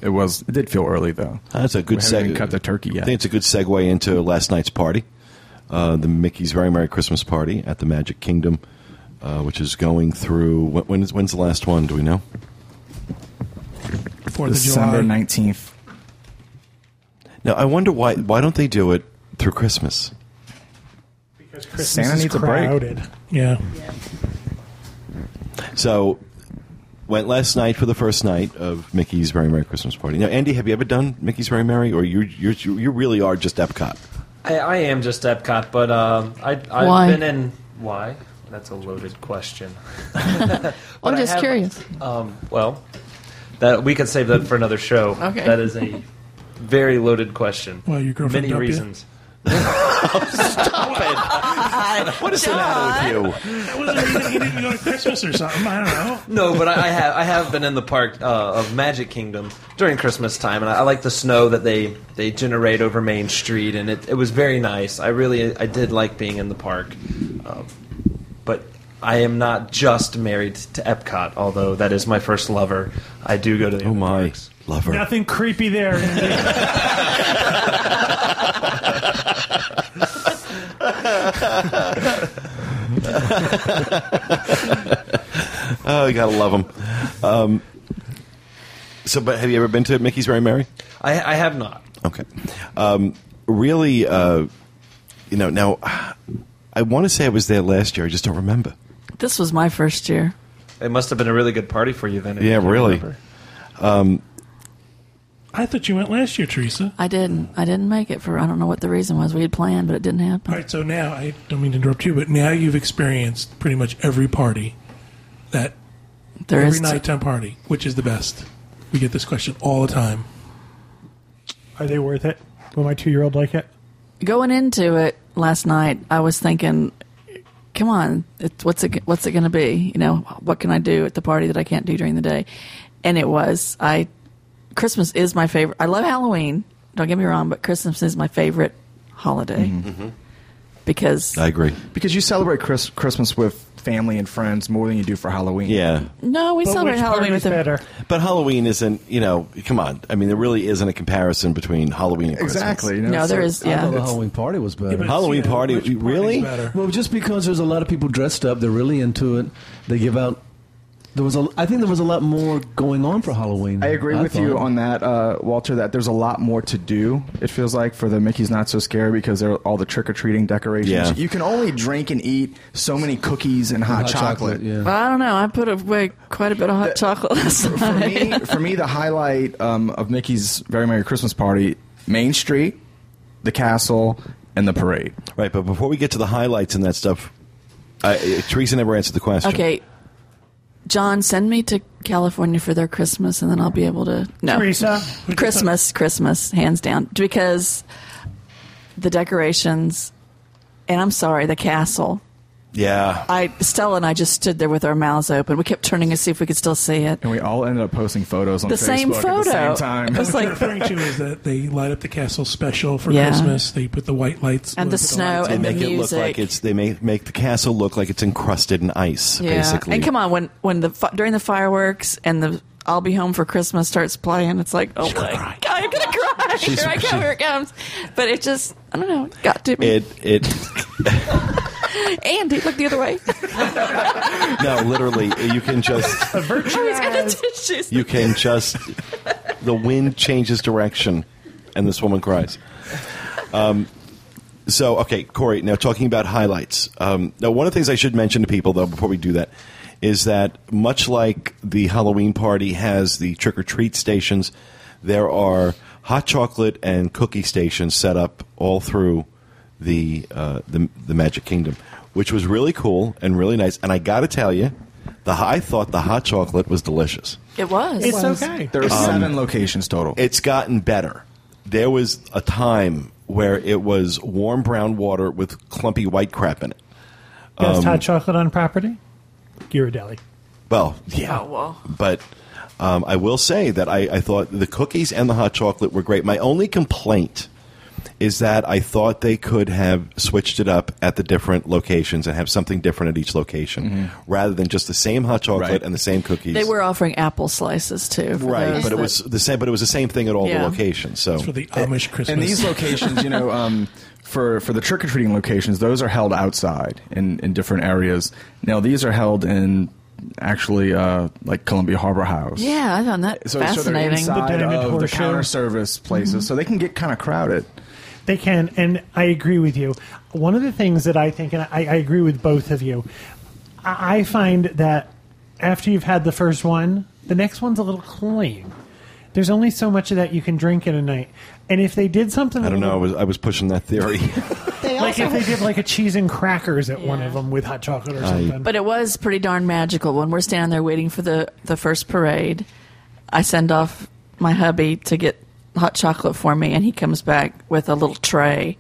F: It was. It did feel early though.
A: That's a good
F: We haven't even
A: segue.
F: cut the turkey yet.
A: I think it's a good segue into last night's party, uh, the Mickey's Very Merry Christmas party at the Magic Kingdom, uh, which is going through. When, when is, when's the last one? Do we know?
B: Fourth of
F: December
B: July.
F: nineteenth.
A: Now I wonder why. Why don't they do it through Christmas?
E: because Christmas
F: Santa
E: is
F: needs a break.
E: crowded.
B: Yeah.
A: So went last night for the first night of Mickey's Very Merry Christmas party. Now, Andy, have you ever done Mickey's Very Merry, or you you you really are just Epcot?
C: I, I am just Epcot, but um, I, I've
D: Why?
C: been in. Why? That's a loaded question.
D: I'm
C: But I
D: just
C: have-
D: curious.
C: Um, well, that we could save that for another show.
D: Okay.
C: That is a very loaded question.
B: Well, your girlfriend
C: Many
B: dumped you?
C: reasons.
A: What is the matter with you?
B: That wasn't even- he didn't go to Christmas or something. I don't know.
C: No, but I, I have I have been in the park uh, of Magic Kingdom during Christmas time, and I, I like the snow that they, they generate over Main Street, and it, it was very nice. I really I did like being in the park, um, but I am not just married to Epcot, although that is my first lover. I do go to the
A: Oh
C: other
A: my
C: parks.
A: lover.
E: Nothing creepy there.
A: Oh, you gotta love them. Um, so, but have you ever been to Mickey's Very Merry?
C: I, I have not.
A: Okay. Um, really, uh, you know. Now, I want to say I was there last year. I just don't remember.
D: This was my first year.
C: It must have been a really good party for you then. if
A: Yeah,
C: you can't
A: really.
C: remember.
A: Um,
B: I thought you went last year, Teresa.
D: I didn't. I didn't make it for. I don't know what the reason was. We had planned, but it didn't happen.
B: All right, so now I don't mean to interrupt you, but now you've experienced pretty much every party that
D: There
B: every
D: is.
B: nighttime party, which is the best. We get this question all the time.
E: Are they worth it? Will my two-year-old like it?
D: Going into it last night, I was thinking, "Come on, it, what's it? What's it going to be? You know, what can I do at the party that I can't do during the day?" And it was. I Christmas is my favorite. I love Halloween. Don't get me wrong, but Christmas is my favorite holiday because
A: I agree.
F: Mm-hmm. Because you celebrate Chris- Christmas with family and friends more than you do for Halloween.
A: Yeah,
D: no, we
E: But
D: celebrate
E: which
D: Halloween
E: part
D: with
E: is
D: a
E: better?
A: but Halloween isn't. You know, come on. I mean, there really isn't a comparison between Halloween and Christmas.
F: Exactly. You know,
D: No,
F: so-
D: there is.
I: I thought the
D: Yeah,
I: Halloween party was better.
B: But,
A: Halloween party-
B: which party's
A: really?
B: better?
I: Well, just because there's a lot of people dressed up, they're really into it. They give out. There was a. I think there was a lot more going on for Halloween.
F: I agree with you
I: thought.
F: on that, uh, Walter. That there's a lot more to do. It feels like for the Mickey's Not So Scary because there are all the trick or treating decorations.
A: Yeah.
F: You can only drink and eat so many cookies and hot,
I: Hot
F: chocolate.
I: Yeah.
D: I don't know. I put away quite a bit of hot chocolate last
F: For
D: night.
F: me, for me, the highlight um, of Mickey's Very Merry Christmas Party: Main Street, the castle, and the parade.
A: Right. But before we get to the highlights and that stuff, I, uh, Teresa never answered the question.
D: Okay. John, send me to California for their Christmas, and then I'll be able to. No,
E: Teresa,
D: Christmas, Christmas, hands down, because the decorations, and I'm sorry, the castle.
A: Yeah.
D: I Stella and I just stood there with our mouths open. We kept turning to see if we could still see it.
F: And we all ended up posting photos on
D: The
F: Facebook
D: same
F: at the
D: photo.
F: same time.
D: It was
B: What
D: like-
B: you're referring to is that they light up the castle special for
D: Yeah.
B: Christmas. They put the white lights
D: And
B: they
D: the
B: put
D: snow
B: lights
A: They
D: and
B: on.
A: make
D: the
A: it look like
D: music.
A: it's they make make the castle look like it's encrusted in ice, basically.
D: And come on, when when the fi- during the fireworks and the "I'll be home for Christmas" starts playing, it's like, oh my
A: cry.
D: god, I'm gonna cry.
A: She's-
D: here I
A: she-
D: come, here it comes. But it just, I don't know, it got to me.
A: It it
D: Andy, look the other way.
A: no literally you can just
D: Oh, he's got the tissues.
A: you can just the wind changes direction and this woman cries. Um, so okay, Corey. Now talking about highlights. Um, now one of the things I should mention to people though before we do that is that much like the Halloween party has the trick or treat stations, there are hot chocolate and cookie stations set up all through the uh, the, the Magic Kingdom, which was really cool and really nice. And I got to tell you, the I thought the hot chocolate was delicious.
D: It was.
E: It's
H: was-
E: okay.
F: there are seven locations total.
A: It's gotten better. There was a time where it was warm brown water with clumpy white crap in it. Um,
E: Best
B: Um,
E: hot chocolate on property? Ghirardelli.
A: Well, yeah.
D: Oh, well.
A: But um, I will say that I, I thought the cookies and the hot chocolate were great. My only complaint is that I thought they could have switched it up at the different locations and have something different at each location
E: Mm-hmm.
A: rather than just the same hot chocolate
F: Right.
A: and the same cookies.
D: They were offering apple slices too. for
A: right,
D: those
A: but it
D: that-
A: was the same. But it was the same thing at all
D: Yeah.
A: the locations. So
B: It's for the Amish Christmas.
F: And these locations, you know, um, for for the trick or treating locations, those are held outside in in different areas. Now these are held in actually uh, like Columbia Harbor House.
D: Yeah, I found that
F: So, so they're
D: fascinating.
F: inside
E: The Diamond
F: of the
E: Horseshoe.
F: counter service places,
H: Mm-hmm.
F: so they can get kind of crowded.
E: They can, and I agree with you. One of the things that I think, and I, I agree with both of you, I I find that after you've had the first one, the next one's a little cloying. There's only so much of that you can drink in a night, and if they did something,
A: I don't know. I was, I was pushing that theory.
H: They
E: like
H: also
E: if they did like a cheese and crackers at one
D: Yeah.
E: of them with hot chocolate or something.
D: But it was pretty darn magical when we're standing there waiting for the, the first parade. I send off my hubby to get hot chocolate for me, and he comes back with a little tray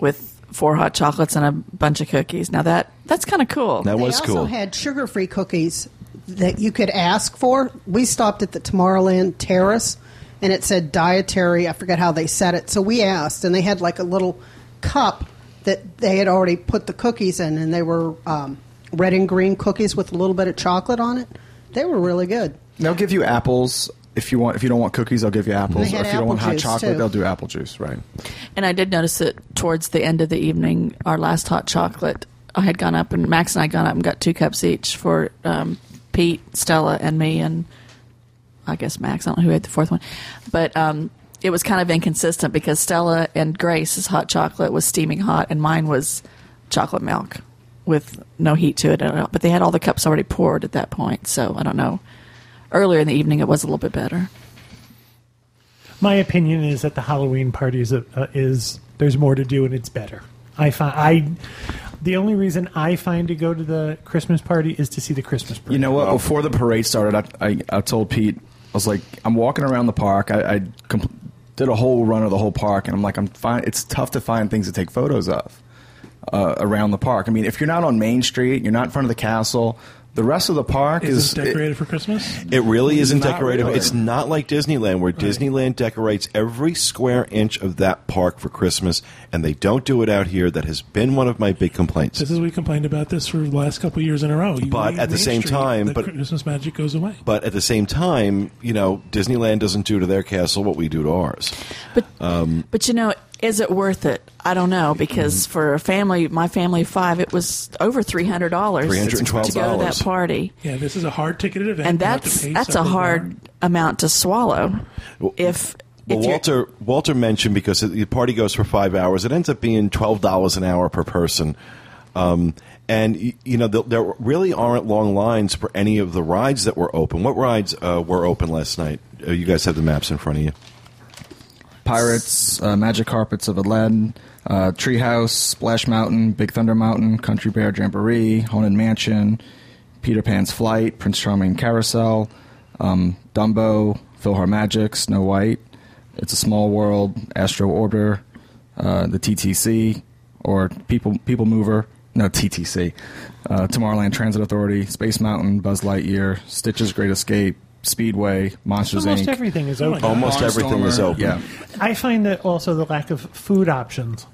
D: with four hot chocolates and a bunch of cookies. Now that that's kind of cool.
A: That
H: They
A: was
H: also
A: cool.
H: had sugar-free cookies that you could ask for. We stopped at the Tomorrowland Terrace, and it said dietary. I forget how they said it. So we asked, and they had like a little cup that they had already put the cookies in, and they were um, red and green cookies with a little bit of chocolate on it. They were really good.
F: They'll give you apples if you want. If you don't want cookies, they'll give you apples.
H: They
F: Or
H: had
F: if you don't want
H: apple
F: hot
H: juice,
F: chocolate,
H: too.
F: they'll do apple juice. Right.
D: And I did notice that towards the end of the evening, our last hot chocolate, I had gone up and Max and I had gone up and got two cups each for um, Pete, Stella, and me, and I guess Max. I don't know who had the fourth one, but um, it was kind of inconsistent because Stella and Grace's hot chocolate was steaming hot, and mine was chocolate milk with no heat to it at all. But they had all the cups already poured at that point, so I don't know. Earlier in the evening, it was a little bit better.
E: My opinion is that the Halloween party is, a, uh, is there's more to do and it's better. I find I the only reason I find to go to the Christmas party is to see the Christmas party.
F: You know what? Before the parade started, I, I, I told Pete, I was like, I'm walking around the park. I, I compl- did a whole run of the whole park, and I'm like, I'm fine. It's tough to find things to take photos of uh, around the park. I mean, if you're not on Main Street, you're not in front of the castle. The rest of the park
B: is
F: is
B: it decorated for Christmas?
A: It really isn't
F: Not
A: decorative.
F: really.
A: It's not like Disneyland, where Disneyland decorates every square inch of that park for Christmas, and they don't do it out here. That has been one of my big complaints.
B: This is we complained about this for the last couple of years in a row. You
A: But
B: leave
A: at the
B: Main
A: same
B: Street,
A: time,
B: the
A: but-
B: Christmas magic goes away.
A: But at the same time, you know, Disneyland doesn't do to their castle what we do to ours. Um,
D: But but you know, is it worth it? I don't know
A: Mm-hmm.
D: because for a family, my family of five, it was over three hundred dollars to go
A: $312.
D: to that party,
B: Yeah, this is a hard ticketed event,
D: and
B: You have to
D: that's
B: pay
D: that's a
B: separate
D: hard
B: line.
D: amount to swallow. If
A: Well,
D: if you're-
A: Walter Walter mentioned because the party goes for five hours, it ends up being twelve dollars an hour per person. Um, and y- you know, th- there really aren't long lines for any of the rides that were open. What rides uh, were open last night? Uh, you guys have the maps in front of you.
F: Pirates, uh, Magic Carpets of Aladdin, uh, Treehouse, Splash Mountain, Big Thunder Mountain, Country Bear Jamboree, Haunted Mansion, Peter Pan's Flight, Prince Charming Carousel, um, Dumbo, Philhar Magic, Snow White, It's a Small World, Astro Orbiter, uh, the TTC, or People People Mover. No, TTC. Uh, Tomorrowland Transit Authority, Space Mountain, Buzz Lightyear, Stitch's Great Escape, Speedway, Monsters
E: Almost
F: Inc.
E: everything is open.
A: Almost everything is
F: Barnstormer,
A: open.
F: Yeah.
E: I find that also the lack of food options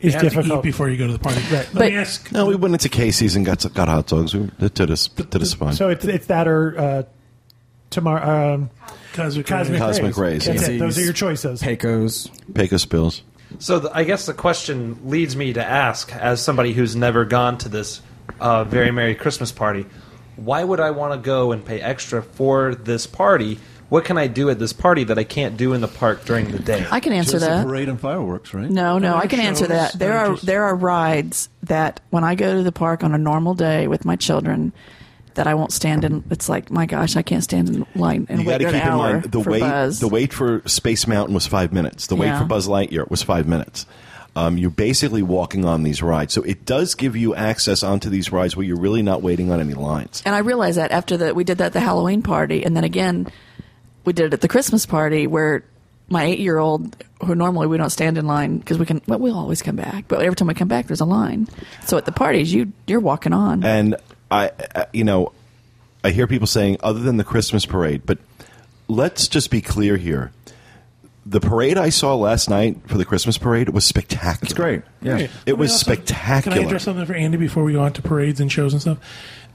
B: You
E: is
B: have to eat
E: difficult.
B: before you go to the party.
E: Right.
B: Let
D: But-
B: me ask.
A: No, we went into Casey's and got got hot dogs. We did to the to the spine.
E: So it's it's that or uh, tomorrow. Um,
B: Cosmic,
E: Cosmic,
B: Rays.
A: Cosmic Rays,
E: That's
F: yeah.
E: it. Those are your choices.
F: Pecos.
A: Pecos Bills.
C: So the, I guess the question leads me to ask, as somebody who's never gone to this uh, very merry Christmas party, why would I want to go and pay extra for this party? What can I do at this party that I can't do in the park during the day?
D: I can answer
I: Just a
D: that.
I: parade and fireworks, right?
D: No, no, I can
B: Shows,
D: answer that. There are
B: stages.
D: there are rides that when I go to the park on a normal day with my children that I won't stand in. It's like my gosh, I can't stand in line and
A: You got
D: wait
A: to
D: an
A: keep in
D: hour
A: mind the
D: for
A: wait.
D: Buzz.
A: The wait for Space Mountain was five minutes. The wait
D: Yeah.
A: for Buzz Lightyear was five minutes. Um, you're basically walking on these rides, so it does give you access onto these rides where you're really not waiting on any lines.
D: and I realized that after that we did that at the Halloween party, and then again we did it at the Christmas party where my eight year old, who normally we don't stand in line because we can, well, we always come back, but every time we come back there's a line. So at the parties you you're walking on.
A: And I, I, you know, I hear people saying other than the Christmas parade, but let's just be clear here. The parade I saw last night for the Christmas parade was spectacular.
F: It's great. Yeah.
A: It was
B: Can we also-
A: spectacular.
B: Can I address something for Andy before we go on to parades and shows and stuff?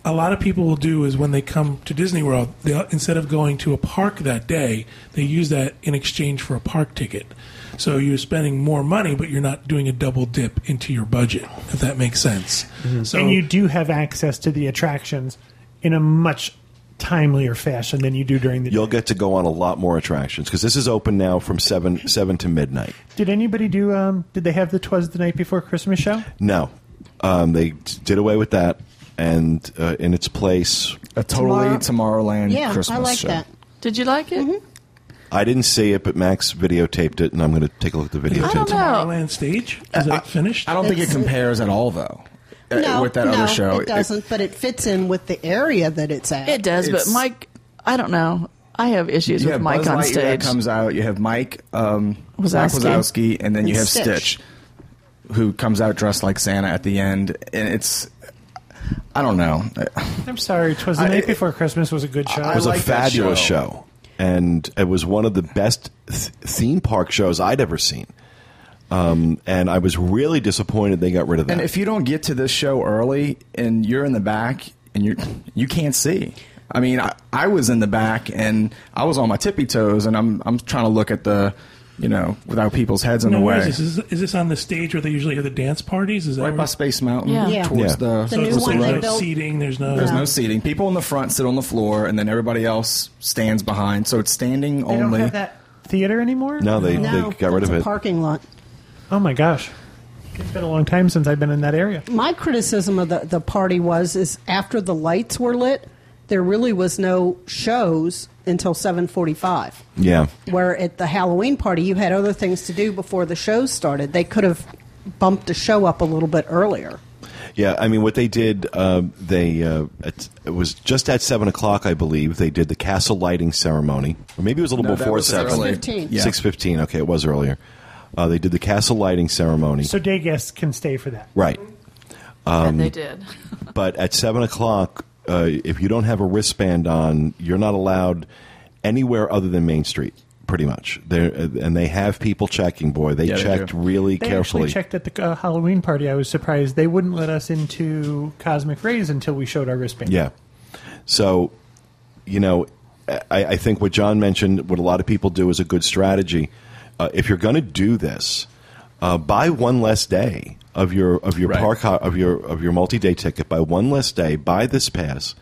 B: A lot of people will do is when they come to Disney World, they, instead of going to a park that day, they use that in exchange for a park ticket. So you're spending more money, but you're not doing a double dip into your budget, if that makes sense.
F: Mm-hmm.
B: So
E: and you do have access to the attractions in a much timelier fashion than you do during the
A: You'll
E: day.
A: get to go on a lot more attractions because this is open now from seven seven to midnight.
E: Did anybody do? Um, did they have the Twas the Night Before Christmas show?
A: No, um, they t- did away with that, and uh, in its place,
F: A totally
G: Tomorrow-
F: Tomorrowland
G: Yeah, I
F: Christmas
G: like
F: show. Mm-hmm.
G: that.
D: Did you like it?
A: I didn't see it, but Max videotaped it, and I'm going to take a look at the
D: I don't
A: videotape.
D: know.
B: Tomorrowland stage is that finished?
F: I don't think it
H: It's-
F: compares at all, though, uh,
H: No,
F: with that
H: no,
F: other show.
H: it doesn't. but it fits in with the area that it's at.
D: It does, but
F: It's-
D: Mike, I don't know. I have issues
F: you
D: with
F: have
D: Mike
F: Buzz
D: on
F: Lightyear that
D: stage.
F: comes out. You have Mike um, Zach
D: Wazowski.
F: Wazowski, and then you
H: And
F: have Stitch.
H: Stitch.
F: who comes out dressed like Santa at the end. And it's, I don't know. Uh,
E: I'm sorry, Twas the
F: I-
E: Night
F: it-
E: Before Christmas was a good show.
A: It was
F: I
A: a
F: like that
A: fabulous
F: show.
A: show. and it was one of the best th- theme park shows I'd ever seen. Um, and I was really disappointed they got rid of that.
F: And if you don't get to this show early, and you're in the back, and you you can't see. I mean, I, I was in the back, and I was on my tippy toes, and I'm I'm trying to look at the, you know, without people's heads in
B: No,
F: the
B: where
F: way.
B: is this? Is, is this on the stage where they usually have the dance parties? Is that
F: right
B: where-
F: by Space Mountain,
D: Yeah. Yeah.
F: towards
A: Yeah.
F: the,
H: The
B: So
H: new
F: towards
B: there's
H: one they
B: no
F: road.
H: built.
B: seating. There's no.
F: There's no seating. People in the front sit on the floor, and then everybody else stands behind. So it's standing
E: They don't
F: only.
E: have that theater anymore.
A: no, they,
H: No,
A: they got rid
H: it's
A: of
H: a
A: it.
H: Parking lot.
E: Oh my gosh, it's been a long time since I've been in that area.
H: My criticism of the, the party was is after the lights were lit, there really was no shows until 7:45.
A: Yeah.
H: Where at the Halloween party, you had other things to do before the shows started. They could have bumped the show up a little bit earlier.
A: Yeah, I mean, what they did, uh, they uh, it, it was just at seven o'clock, I believe. They did the castle lighting ceremony, or maybe it was a little
F: No, that
A: before
F: was
A: seven.
F: early.
H: 6:15.
F: Yeah.
A: Six fifteen. Okay, it was earlier. Uh, they did the castle lighting ceremony,
E: So day guests can stay for that.
A: right? Um,
D: and they did.
A: But at seven o'clock, uh, if you don't have a wristband on, you're not allowed anywhere other than Main Street, pretty much. There, and they have people checking. Boy, they
F: Yeah, they
A: checked
F: do.
A: really
E: They
A: carefully.
E: actually checked at the uh, Halloween party. I was surprised they wouldn't let us into Cosmic Rays until we showed our wristband.
A: Yeah. So, you know, I, I think what John mentioned, what a lot of people do is a good strategy. Uh, if you're going to do this, uh, buy one less day of your of your
F: Right.
A: park ho- of your of your multi day ticket. Buy one less day. Buy this pass.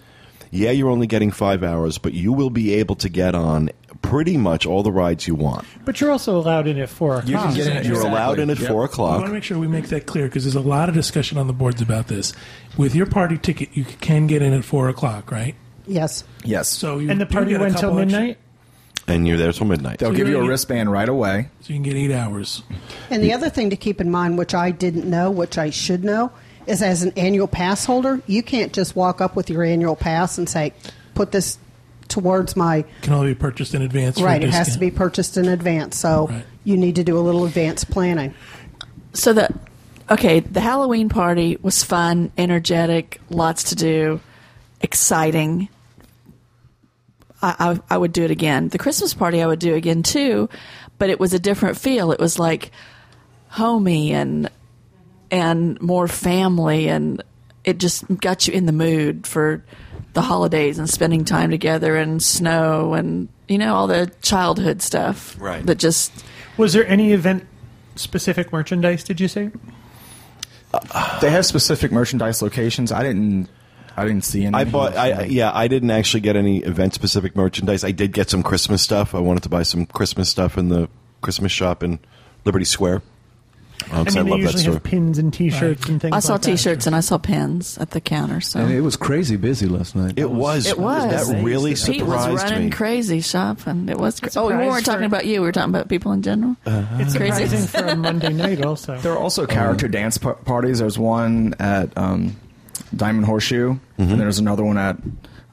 A: Yeah, you're only getting five hours, but you will be able to get on pretty much all the rides you want.
E: but you're also allowed in at four o'clock.
F: You can get in
A: You're
F: at
A: allowed in at
F: Exactly.
A: four
F: Yep.
B: I want to
A: o'clock.
B: make sure we make that clear because there's a lot of discussion on the boards about this. With your party ticket, you can get in at four o'clock, right?
H: Yes.
F: Yes.
B: So you
E: and the
B: do
E: party
B: get a
E: went till
B: couple extra-
E: midnight.
A: and you're there till midnight.
F: They'll
B: So
F: give
B: you're
F: you a
B: gonna-
F: wristband right away.
B: so you can get eight hours.
H: And the other thing to keep in mind, which I didn't know, which I should know, is as an annual pass holder, you can't just walk up with your annual pass and say, "Put this towards my."
B: Can only be purchased in advance. for a
H: Right, it has to be
B: discount.
H: purchased in advance. So
B: Right.
H: you need to do a little advanced planning.
D: So the okay, the Halloween party was fun, energetic, lots to do, exciting. I, I, I would do it again. The Christmas party I would do again too, but it was a different feel. It was like homey and and more family, and it just got you in the mood for the holidays and spending time together and snow and you know all the childhood stuff
A: Right.
D: that just
E: Was there any event specific merchandise? Did you say?
F: They have specific merchandise locations. I didn't. I didn't see any.
A: I bought. I yeah. I didn't actually get any event specific merchandise. I did get some Christmas stuff. I wanted to buy some Christmas stuff in the Christmas shop in Liberty Square. Um, 'cause
E: I mean, they
A: love that
E: usually
A: store.
E: have pins and T-shirts and things.
D: I saw
E: like that.
D: T-shirts and I saw pins at the counter. So
I: And it was crazy busy last night.
A: It was.
D: It was.
A: That really
D: Pete was
A: surprised
D: running
A: me.
D: crazy shopping. It was. Cra- oh, we
E: Surprised
D: weren't talking
E: for-
D: about you. We were talking about people in general.
A: Uh-huh.
E: It's
D: Crazy.
E: surprising for a Monday night, also.
F: There are also character
A: Um,
F: dance par- parties. There's one at um, Diamond Horseshoe, and there's another one at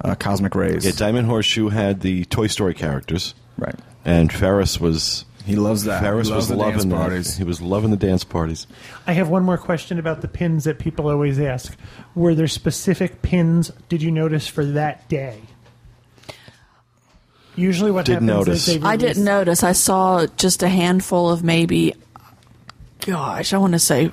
F: uh, Cosmic Rays.
A: Mm-hmm. yeah, Diamond Horseshoe had the Toy Story characters,
F: right.
A: and Ferris was.
F: He loves that.
A: Ferris
F: He loves
A: was
F: the dance
A: loving that.
F: parties.
A: He was loving the dance parties.
E: I have one more question about the pins that people always ask. Were there specific pins? Did you notice for that day? Usually, what
A: Did
E: happens
A: notice.
E: is they
D: I didn't
E: release-
D: notice. I saw just a handful of maybe. Gosh, I want to say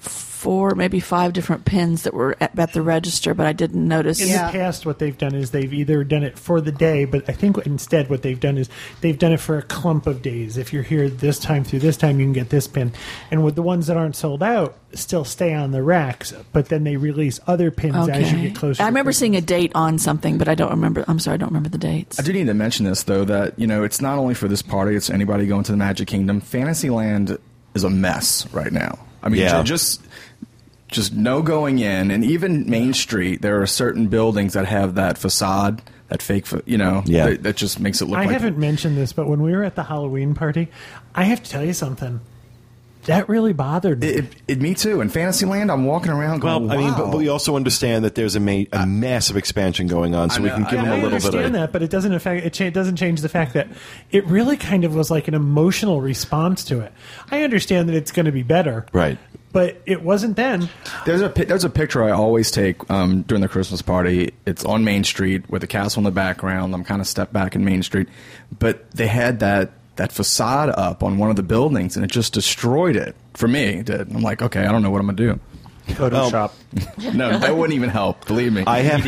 D: four, maybe five different pins that were at, at the register, but I didn't notice.
E: In
H: Yeah.
E: the past, what they've done is they've either done it for the day, but I think instead what they've done is they've done it for a clump of days. If you're here this time through this time, you can get this pin. And with the ones that aren't sold out, still stay on the racks, but then they release other pins as you
D: Okay.
E: get closer.
D: I
E: to
D: remember
E: Christmas.
D: seeing a date on something, but I don't remember. I'm sorry, I don't remember the dates.
F: I do need to mention this though that you know it's not only for this party; it's anybody going to the Magic Kingdom. Fantasyland is a mess right now. I mean,
A: Yeah.
F: ju- just just no going in, and even Main Street. There are certain buildings that have that facade, that fake, fa- you know,
A: Yeah.
F: that, that just makes it look.
E: I
F: like
E: haven't mentioned this, but when we were at the Halloween party, I have to tell you something. That really bothered me.
F: It, it, it- me too. In Fantasyland, I'm walking
E: Oh,
F: around
A: Well,
F: going.
A: I mean,
F: "Wow."
A: but we also understand that there's a, ma- a massive expansion going on, so
F: I
A: we
F: know,
A: can give
F: I
A: them
E: I
A: a little
E: understand
A: bit of.
E: that, but it doesn't affect. It cha- doesn't change the fact that it really kind of was like an emotional response to it. I understand that it's going to be better,
A: Right.
E: But it wasn't then.
F: There's a pi- there's a picture I always take um, during the Christmas party. It's on Main Street with the castle in the background. I'm kind of stepped back in Main Street, but they had that that facade up on one of the buildings, and it just destroyed it for me. It did I'm like, okay, I don't know what I'm gonna
A: Photoshop.
F: do. No, that wouldn't even help. Believe me.
A: I have,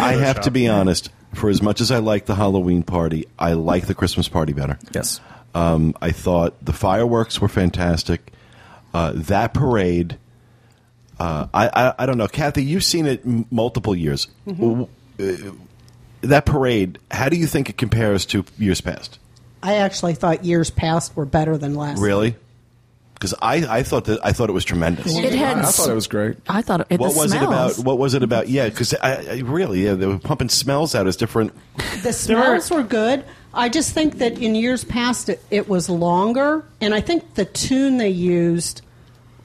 A: I have to be honest. For as much as I like the Halloween party, I like the Christmas party better.
F: yes.
A: Um, I thought the fireworks were fantastic. Uh, that parade, uh, I, I I don't know, Kathy. You've seen it m- multiple years. W- uh, That parade. How do you think it compares to years past?
H: I actually thought years past were better than last.
A: Really? Because I, I thought that I thought it was tremendous.
D: it had.
F: I, I thought it was great.
D: I thought it.
A: what
D: the
A: was it about?
D: smells.
A: What was it about? Yeah, because I, I really, yeah, they were pumping smells out as different.
H: The smells were good. I just think that in years past it, it was longer, and I think the tune they used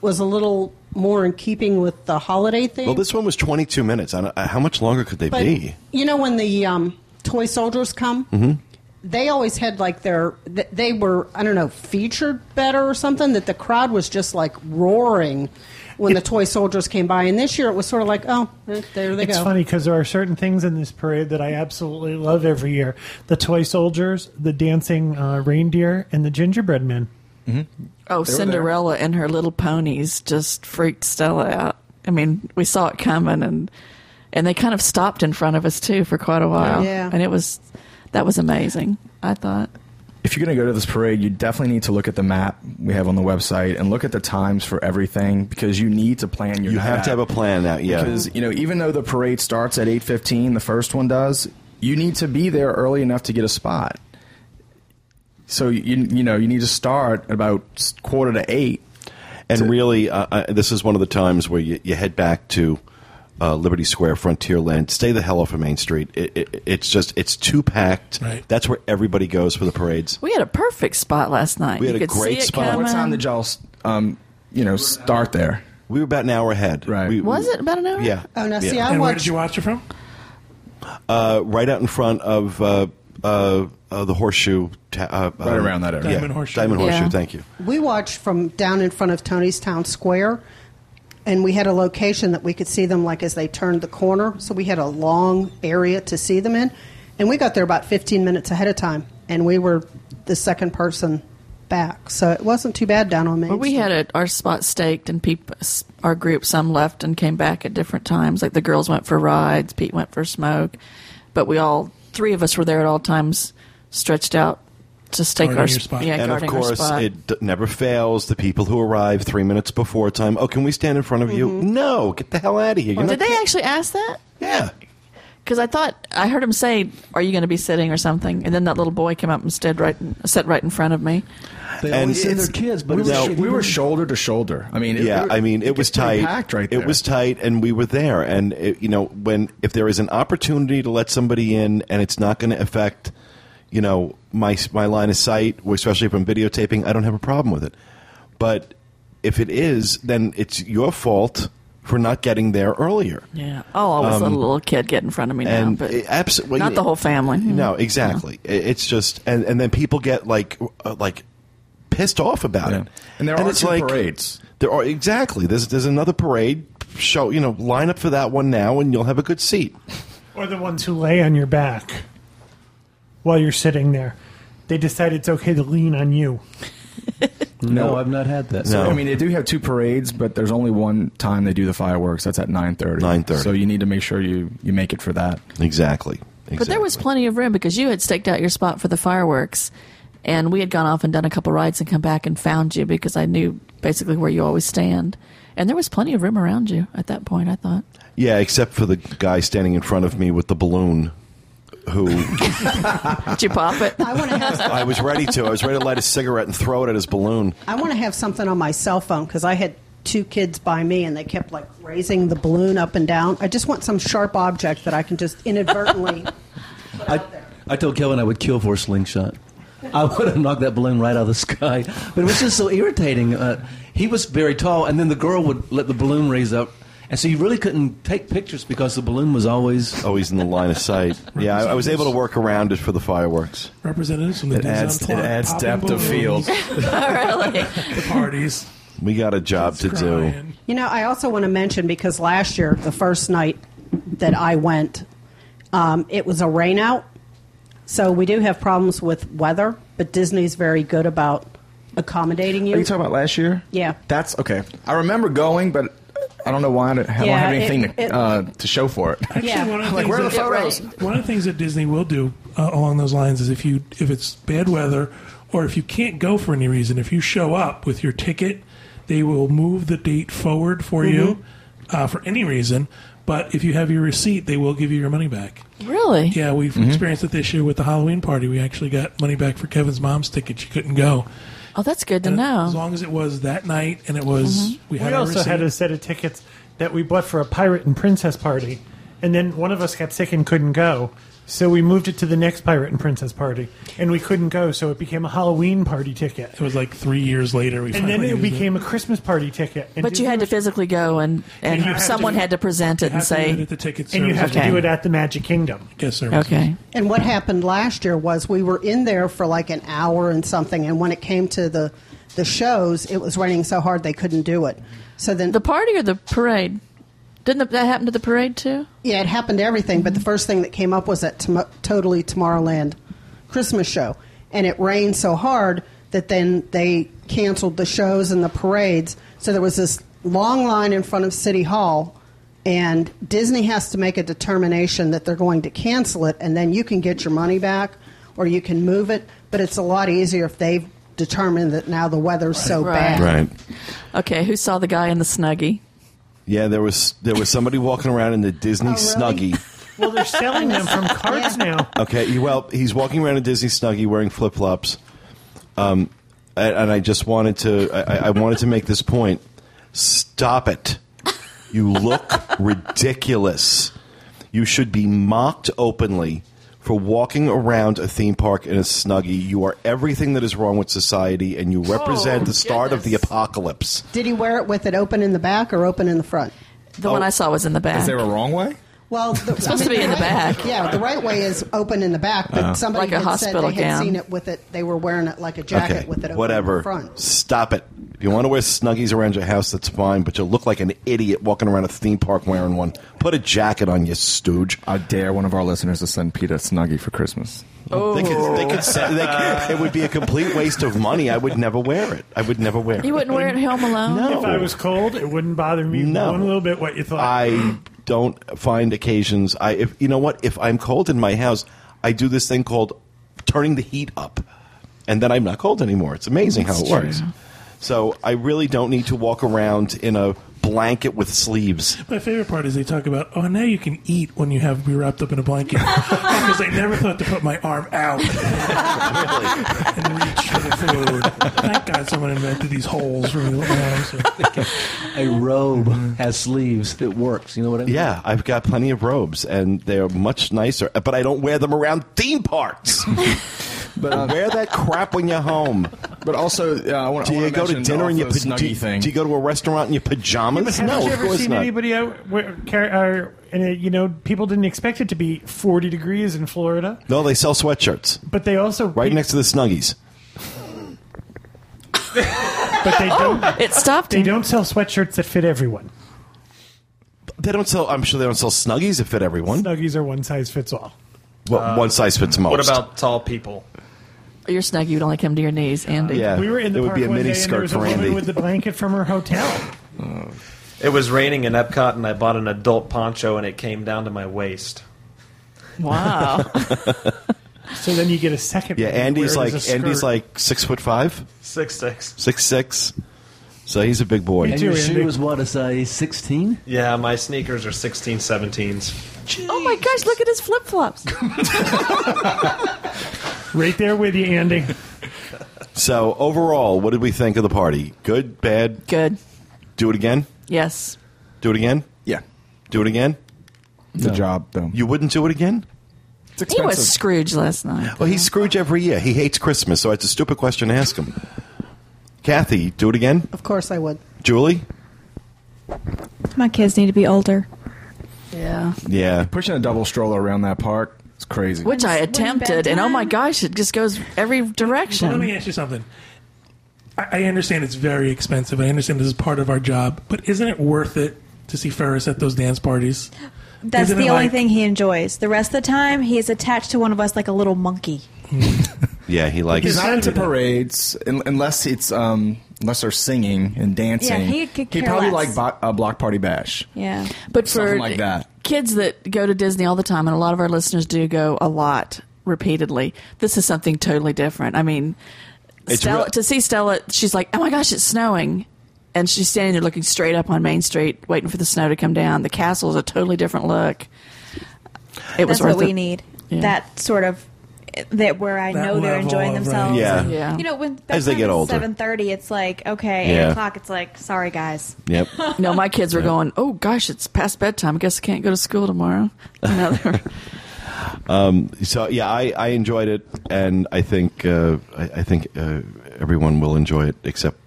H: was a little more in keeping with the holiday theme.
A: Well, this one was 22 minutes. I don't, uh, how much longer could they
H: but
A: be? Mm-hmm.
H: you know when the um, toy soldiers come, they always had like their th- they were I don't know featured better or something that the crowd was just like roaring when the toy soldiers came by, and this year it was sort of like oh eh, there they
E: It's
H: go.
E: funny because there are certain things in this parade that I absolutely love every year: the toy soldiers, the dancing uh, reindeer, and the gingerbread men.
F: Mm-hmm.
D: Oh,
F: were there.
D: Cinderella and her little ponies just freaked Stella out. I mean, we saw it coming, and and they kind of stopped in front of us too for quite a while.
H: Yeah.
D: and it was that was amazing. I thought
F: If you're going to go to this parade, you definitely need to look at the map we have on the website and look at the times for everything because you need to plan your.
A: You
F: night
A: have to
F: out.
A: have a plan out. Yeah,
F: because you know even though the parade starts at 8.15 the first one does you need to be there early enough to get a spot so you you know you need to start at about s- quarter to eight
A: and really, uh, uh, this is one of the times where you, you head back to uh, Liberty Square, Frontierland. Stay the hell off of Main Street. It, it, it's just it's too packed.
B: Right.
A: That's where everybody goes for the parades.
D: we had a perfect spot last night.
A: We had
D: Uh, you
A: a
D: could
A: great
D: see it
A: spot. What
D: Coming.
F: what time did y'all s- um, you know start there
A: We were about an hour ahead.
F: Right.
A: We-
D: Was it about an hour?
A: Yeah.
H: Oh, now
A: Yeah.
H: see, I
B: And where
H: watched
B: did you watch it from?
A: uh, right out in front of uh, uh, uh, the horseshoe. Ta- uh,
F: Right around that area.
B: Diamond horseshoe.
A: Diamond horseshoe.
D: Yeah.
A: Thank you.
H: We watched from down in front of Tony's Town Square, and we had a location that we could see them like as they turned the corner. So we had a long area to see them in, and we got there about 15 minutes ahead of time, and we were the second person back. So it wasn't too bad down on Main
D: Well, we
H: Street.
D: had it, our spot staked, and peop our group, some left and came back at different times. Like the girls went for rides, Pete went for smoke, but we all, three of us were there at all times, stretched out to stake
B: Guarding
D: our
B: your
D: sp-
B: spot.
D: Yeah,
A: and of
D: guarding our
A: course,
D: spot.
A: it d- never fails. The people who arrive three minutes before time. Oh, can we stand in front of you? No, get the hell out of here. You're
D: Mm-hmm. Did
A: not-
D: they actually ask that?
A: Yeah.
D: Because I thought I heard him say, "Are you going to be sitting or something?" And then that little boy came up and stood right, sat right in front of me.
I: They
A: And
I: always send
A: it's-
I: their kids, but
F: we,
I: it's-
F: were, we were shoulder to shoulder. I mean, it-
A: Yeah,
F: we were-
A: I mean, it, was
F: gets pretty
A: tight.
F: Packed right there.
A: It was tight, and we were there. And it, you know, when if there is an opportunity to let somebody in, and it's not going to affect, you know, my my line of sight, especially if I'm videotaping, I don't have a problem with it. But if it is, then it's your fault for not getting there earlier.
D: Yeah. Oh, I was a little kid get in front of me now,
A: and
D: but
A: it- abso- well,
D: not
A: you-
D: the whole family.
A: No, exactly. It- It's just, and, and then people get like, uh, like pissed off about
F: Yeah.
A: it.
F: And there are
A: it's
F: two parades.
A: There are exactly. There's there's another parade. Show you know, line up for that one now, and you'll have a good seat.
E: Or the ones who lay on your back while you're sitting there. They decide it's okay to lean on you.
I: no, I've not had that.
A: No.
F: I mean, they do have two parades, but there's only one time they do the fireworks. That's at nine thirty.
A: 9:30.
F: So you need to make sure you you make it for that.
A: Exactly. exactly.
D: But there was plenty of room because you had staked out your spot for the fireworks, and we had gone off and done a couple rides and come back and found you because I knew basically where you always stand, and there was plenty of room around you at that point. I thought.
A: yeah, except for the guy standing in front of me with the balloon. Who
D: Did you pop it?
H: I want to have
A: I was ready to. I was ready to light a cigarette and throw it at his balloon.
H: I want to have something on my cell phone because I had two kids by me and they kept like raising the balloon up and down. I just want some sharp object that I can just inadvertently.
I: I, I told Kevin I would kill for a slingshot. I would have knocked that balloon right out of the sky. But it was just so irritating. Uh, he was very tall, and then the girl would let the balloon raise up. And so you really couldn't take pictures because the balloon was always.
A: Always Oh, in the line of sight. Yeah, I, I was able to work around it for the fireworks.
B: Representatives from the
F: It adds-
B: Dizon Club
F: it adds
B: popping
F: depth of
B: balloons,
F: field.
D: really?
B: The parties.
A: We got a job
B: kids
A: to do.
B: crying.
H: You know, I also want to mention because last year, the first night that I went, um, it was a rain out. So we do have problems with weather, but Disney's very good about accommodating you.
F: Are you talking about last year?
H: Yeah.
F: That's okay. I remember going, but I don't know why I don't, I don't
H: Yeah,
F: have
H: it-
F: anything
H: it-
F: to, uh, to show for it.
B: Actually,
H: Yeah.
B: one of the
F: Like,
B: things
F: where are the
B: that-
F: photos?
B: One of the things that Disney will do uh, along those lines is if you if it's bad weather or if you can't go for any reason, if you show up with your ticket, they will move the date forward for you uh, for any reason. But if you have your receipt, they will give you your money back.
D: Really?
B: Yeah, we've
F: Mm-hmm.
B: experienced it this year with the Halloween party. We actually got money back for Kevin's mom's ticket. She couldn't go.
D: Oh, that's good to
B: And As
D: know.
B: long as it was that night and it was we
E: Mm-hmm.
B: had
E: We
B: our
E: also had a
B: receipt.
E: set of tickets that we bought for a pirate and princess party, and then one of us got sick and couldn't go. So we moved it to the next pirate and princess party, and we couldn't go, so it became a Halloween party ticket.
B: it was like three years later. We
E: And then
B: finally
E: it
B: used
E: became a Christmas party ticket. And
D: But you
E: Disney
D: had to
E: was-
D: physically go, and and
B: You have to-
D: someone had to present it and
B: You have to do it
D: say,
B: at the ticket
E: and you have
D: Okay.
E: to do it at the Magic Kingdom.
B: guest service.
D: "Okay."
H: And what happened last year was we were in there for like an hour and something, and when it came to the the shows, it was raining so hard they couldn't do it. So then,
D: The party or the parade? Didn't that happen to the parade too?
H: yeah, it happened to everything. But the first thing that came up was that tom- totally Tomorrowland Christmas show, and it rained so hard that then they canceled the shows and the parades. So there was this long line in front of City Hall. And Disney has to make a determination that they're going to cancel it, and then you can get your money back or you can move it. But it's a lot easier if they've determined that now the weather's so
D: Right.
H: bad.
A: Right.
D: Okay, who saw the guy in the snuggie?
A: Yeah, there was there was somebody walking around in the Disney
H: really?
A: Snuggie.
E: Well, they're selling them from cards now.
A: Okay, he- well, he's walking around in Disney Snuggie wearing flip flops, um, and, and I just wanted to I, I- I wanted to make this point. Stop it! You look ridiculous. You should be mocked openly for walking around a theme park in a snuggie. You are everything that is wrong with society, and you represent the start of the apocalypse.
H: Did he wear it with it open in the back or open in the front?
A: Oh.
D: The one I saw was in the back.
F: Is Oh. there a wrong way?
H: Well, the, it's
D: supposed to be in the back.
H: Yeah, the right way is open in the back, but
A: Oh.
H: somebody
D: Like a
H: had said
D: hospital
H: they had
D: gown.
H: seen it with it. They were wearing it like a jacket with it open
A: Whatever.
H: in front.
A: Stop it. If you want to wear snuggies around your house, that's fine, but you look like an idiot walking around a theme park wearing one. Put a jacket on, you stooge.
F: I dare one of our listeners to Oh. send Pete a Snuggie for Christmas.
A: They could, they could, say- they could- it would be a complete waste of money. I would never wear it. I would never wear it.
D: You wouldn't wear it home alone.
A: No.
E: If I was cold, it wouldn't bother me
A: No.
E: one little bit what you thought.
A: I don't find occasions. I if you know what if I'm cold in my house, I do this thing called turning the heat up, and then I'm not cold anymore. It's amazing how it works. So I really don't need to walk around in a blanket with sleeves.
B: My favorite part is they talk about, oh, now you can eat when you have me wrapped up in a blanket. Because I never thought to put my arm out and reach for the food. Thank God someone invented these holes for me to put my arms in.
I: A robe has sleeves. It works. You know what I mean?
A: Yeah, I've got plenty of robes, and they're much nicer. But I don't wear them around theme parks.
F: But uh,
A: wear that crap when you're home.
F: but also, uh, I want
A: Do you go to dinner in your pa- do,
F: Snuggie thing?
A: do you go to a restaurant in your
E: But
A: pajamas?
E: have
A: no,
E: you
A: of
E: ever
A: course
E: seen
A: not.
E: anybody out where, car- or, and uh, you know people didn't expect it to be 40 degrees in Florida,
A: No, they sell sweatshirts
E: but they also
A: right next to the Snuggies.
E: but they don't
D: Oh, It stopped
E: they
D: him.
E: don't sell sweatshirts that fit everyone.
A: They don't sell. I'm sure they don't sell Snuggies that fit everyone.
E: Snuggies are one size fits all.
A: Well, one size fits most.
C: Uh, What about tall people?
D: Your snuggie would only come to your knees, Andy.
A: Yeah,
E: We were in the
A: it would
E: park
A: be a
E: one
A: mini
E: day and there
A: skirt
E: was a
A: for
E: woman
A: Andy.
E: with the blanket from her hotel.
I: Uh.
C: It was raining in Epcot, and I bought an adult poncho, and it came down to my waist.
D: Wow.
E: So then you get a second.
A: yeah,
E: one where
A: Andy's
E: it is a
A: like
E: skirt.
A: Andy's like six foot five,
C: Six six.
A: six six, so he's a big boy.
I: And
E: do,
I: your
E: Andy.
I: shoe was what a size sixteen.
C: Yeah, my sneakers are 16, 17s.
D: oh my gosh, look at his flip flops.
E: right there with you, Andy.
A: So overall, what did we think of the party? Good, bad.
D: Good.
A: Do it again.
D: Yes.
A: Do it again.
F: yeah,
A: Do it again.
F: the job though.
A: You wouldn't do it again.
F: it's
D: He
F: expensive.
D: was Scrooge last night.
A: Well, he's Scrooge every year. He hates Christmas, so it's a stupid question to ask him. Kathy, do it again.
H: Of course, I would.
A: Julie.
G: My kids need to be older.
D: Yeah.
A: Yeah.
F: pushing a double stroller around that park. It's crazy.
D: Which I
G: When
D: attempted, and oh my
G: bedtime-
D: gosh, it just goes every
B: So let me
D: direction.
B: ask you something. I, I understand it's very expensive. I understand this is part of our job, but isn't it worth it to see Ferris at those dance parties?
G: That's
B: Isn't
G: the
B: it
G: only
B: like-
G: thing he enjoys. The rest of the time, he is attached to one of us like a little monkey.
A: Yeah, he likes.
F: He's not into
A: Yeah.
F: parades un- unless it's um, unless they're singing and dancing.
G: Yeah, he could care
F: probably
G: less.
F: like bo- a block party bash.
G: Yeah.
D: But for
F: Something like that.
D: kids that go to Disney all the time, and a lot of our listeners do go a lot repeatedly, this is something totally different. I mean,
A: It's
D: Stella,
A: real-
D: to see Stella, she's like, oh my gosh, it's snowing. And she's standing there looking straight up on Main Street, waiting for the snow to come down. The castle is a totally different look. It was
G: That's
D: worth
G: what we
D: it.
G: need.
D: Yeah.
G: That sort of that where I
B: That
G: know they're
B: level
G: enjoying
B: of
G: themselves.
A: uh, Yeah.
B: romanticism.
D: Yeah.
G: You know, when
A: As they get older.
G: seven thirty, it's like
A: Yeah.
G: okay, eight o'clock, it's like sorry guys.
A: Yep.
D: No, my kids were going, oh gosh, it's past bedtime. I guess I can't go to school tomorrow. You know, they were-
A: Um, So yeah, I, I enjoyed it, and I think uh, I, I think uh, everyone will enjoy it except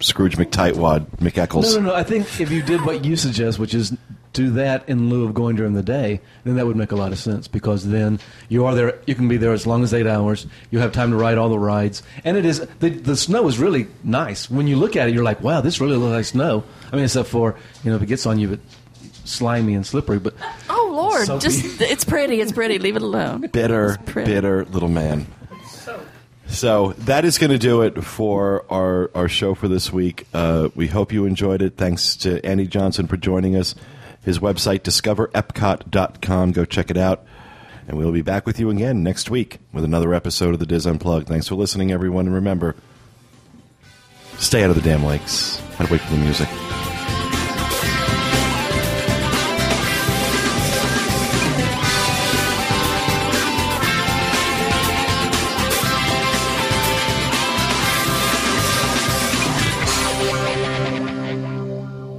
A: Scrooge McTightwad
I: No,
A: McEccles.
I: no, no. I think if you did what you suggest, which is do that in lieu of going during the day, then that would make a lot of sense because then you are there. You can be there as long as eight hours. You have time to ride all the rides, and it is the the snow is really nice. When you look at it, you're like, wow, this really looks like snow. I mean, except for you know if it gets on you, it's slimy and slippery. But
D: oh Lord,
I: Sophie.
D: just it's pretty, it's pretty. Leave it alone.
A: Bitter,
D: It's pretty.
A: bitter little man. So that is going to do it for our, our show for this week. Uh, we hope you enjoyed it. Thanks to Andy Johnson for joining us. His website, discoverepcot.com. Go check it out. And we'll be back with you again next week with another episode of the Diz Unplugged. Thanks for listening, everyone. And remember, stay out of the damn lakes and wait for the music.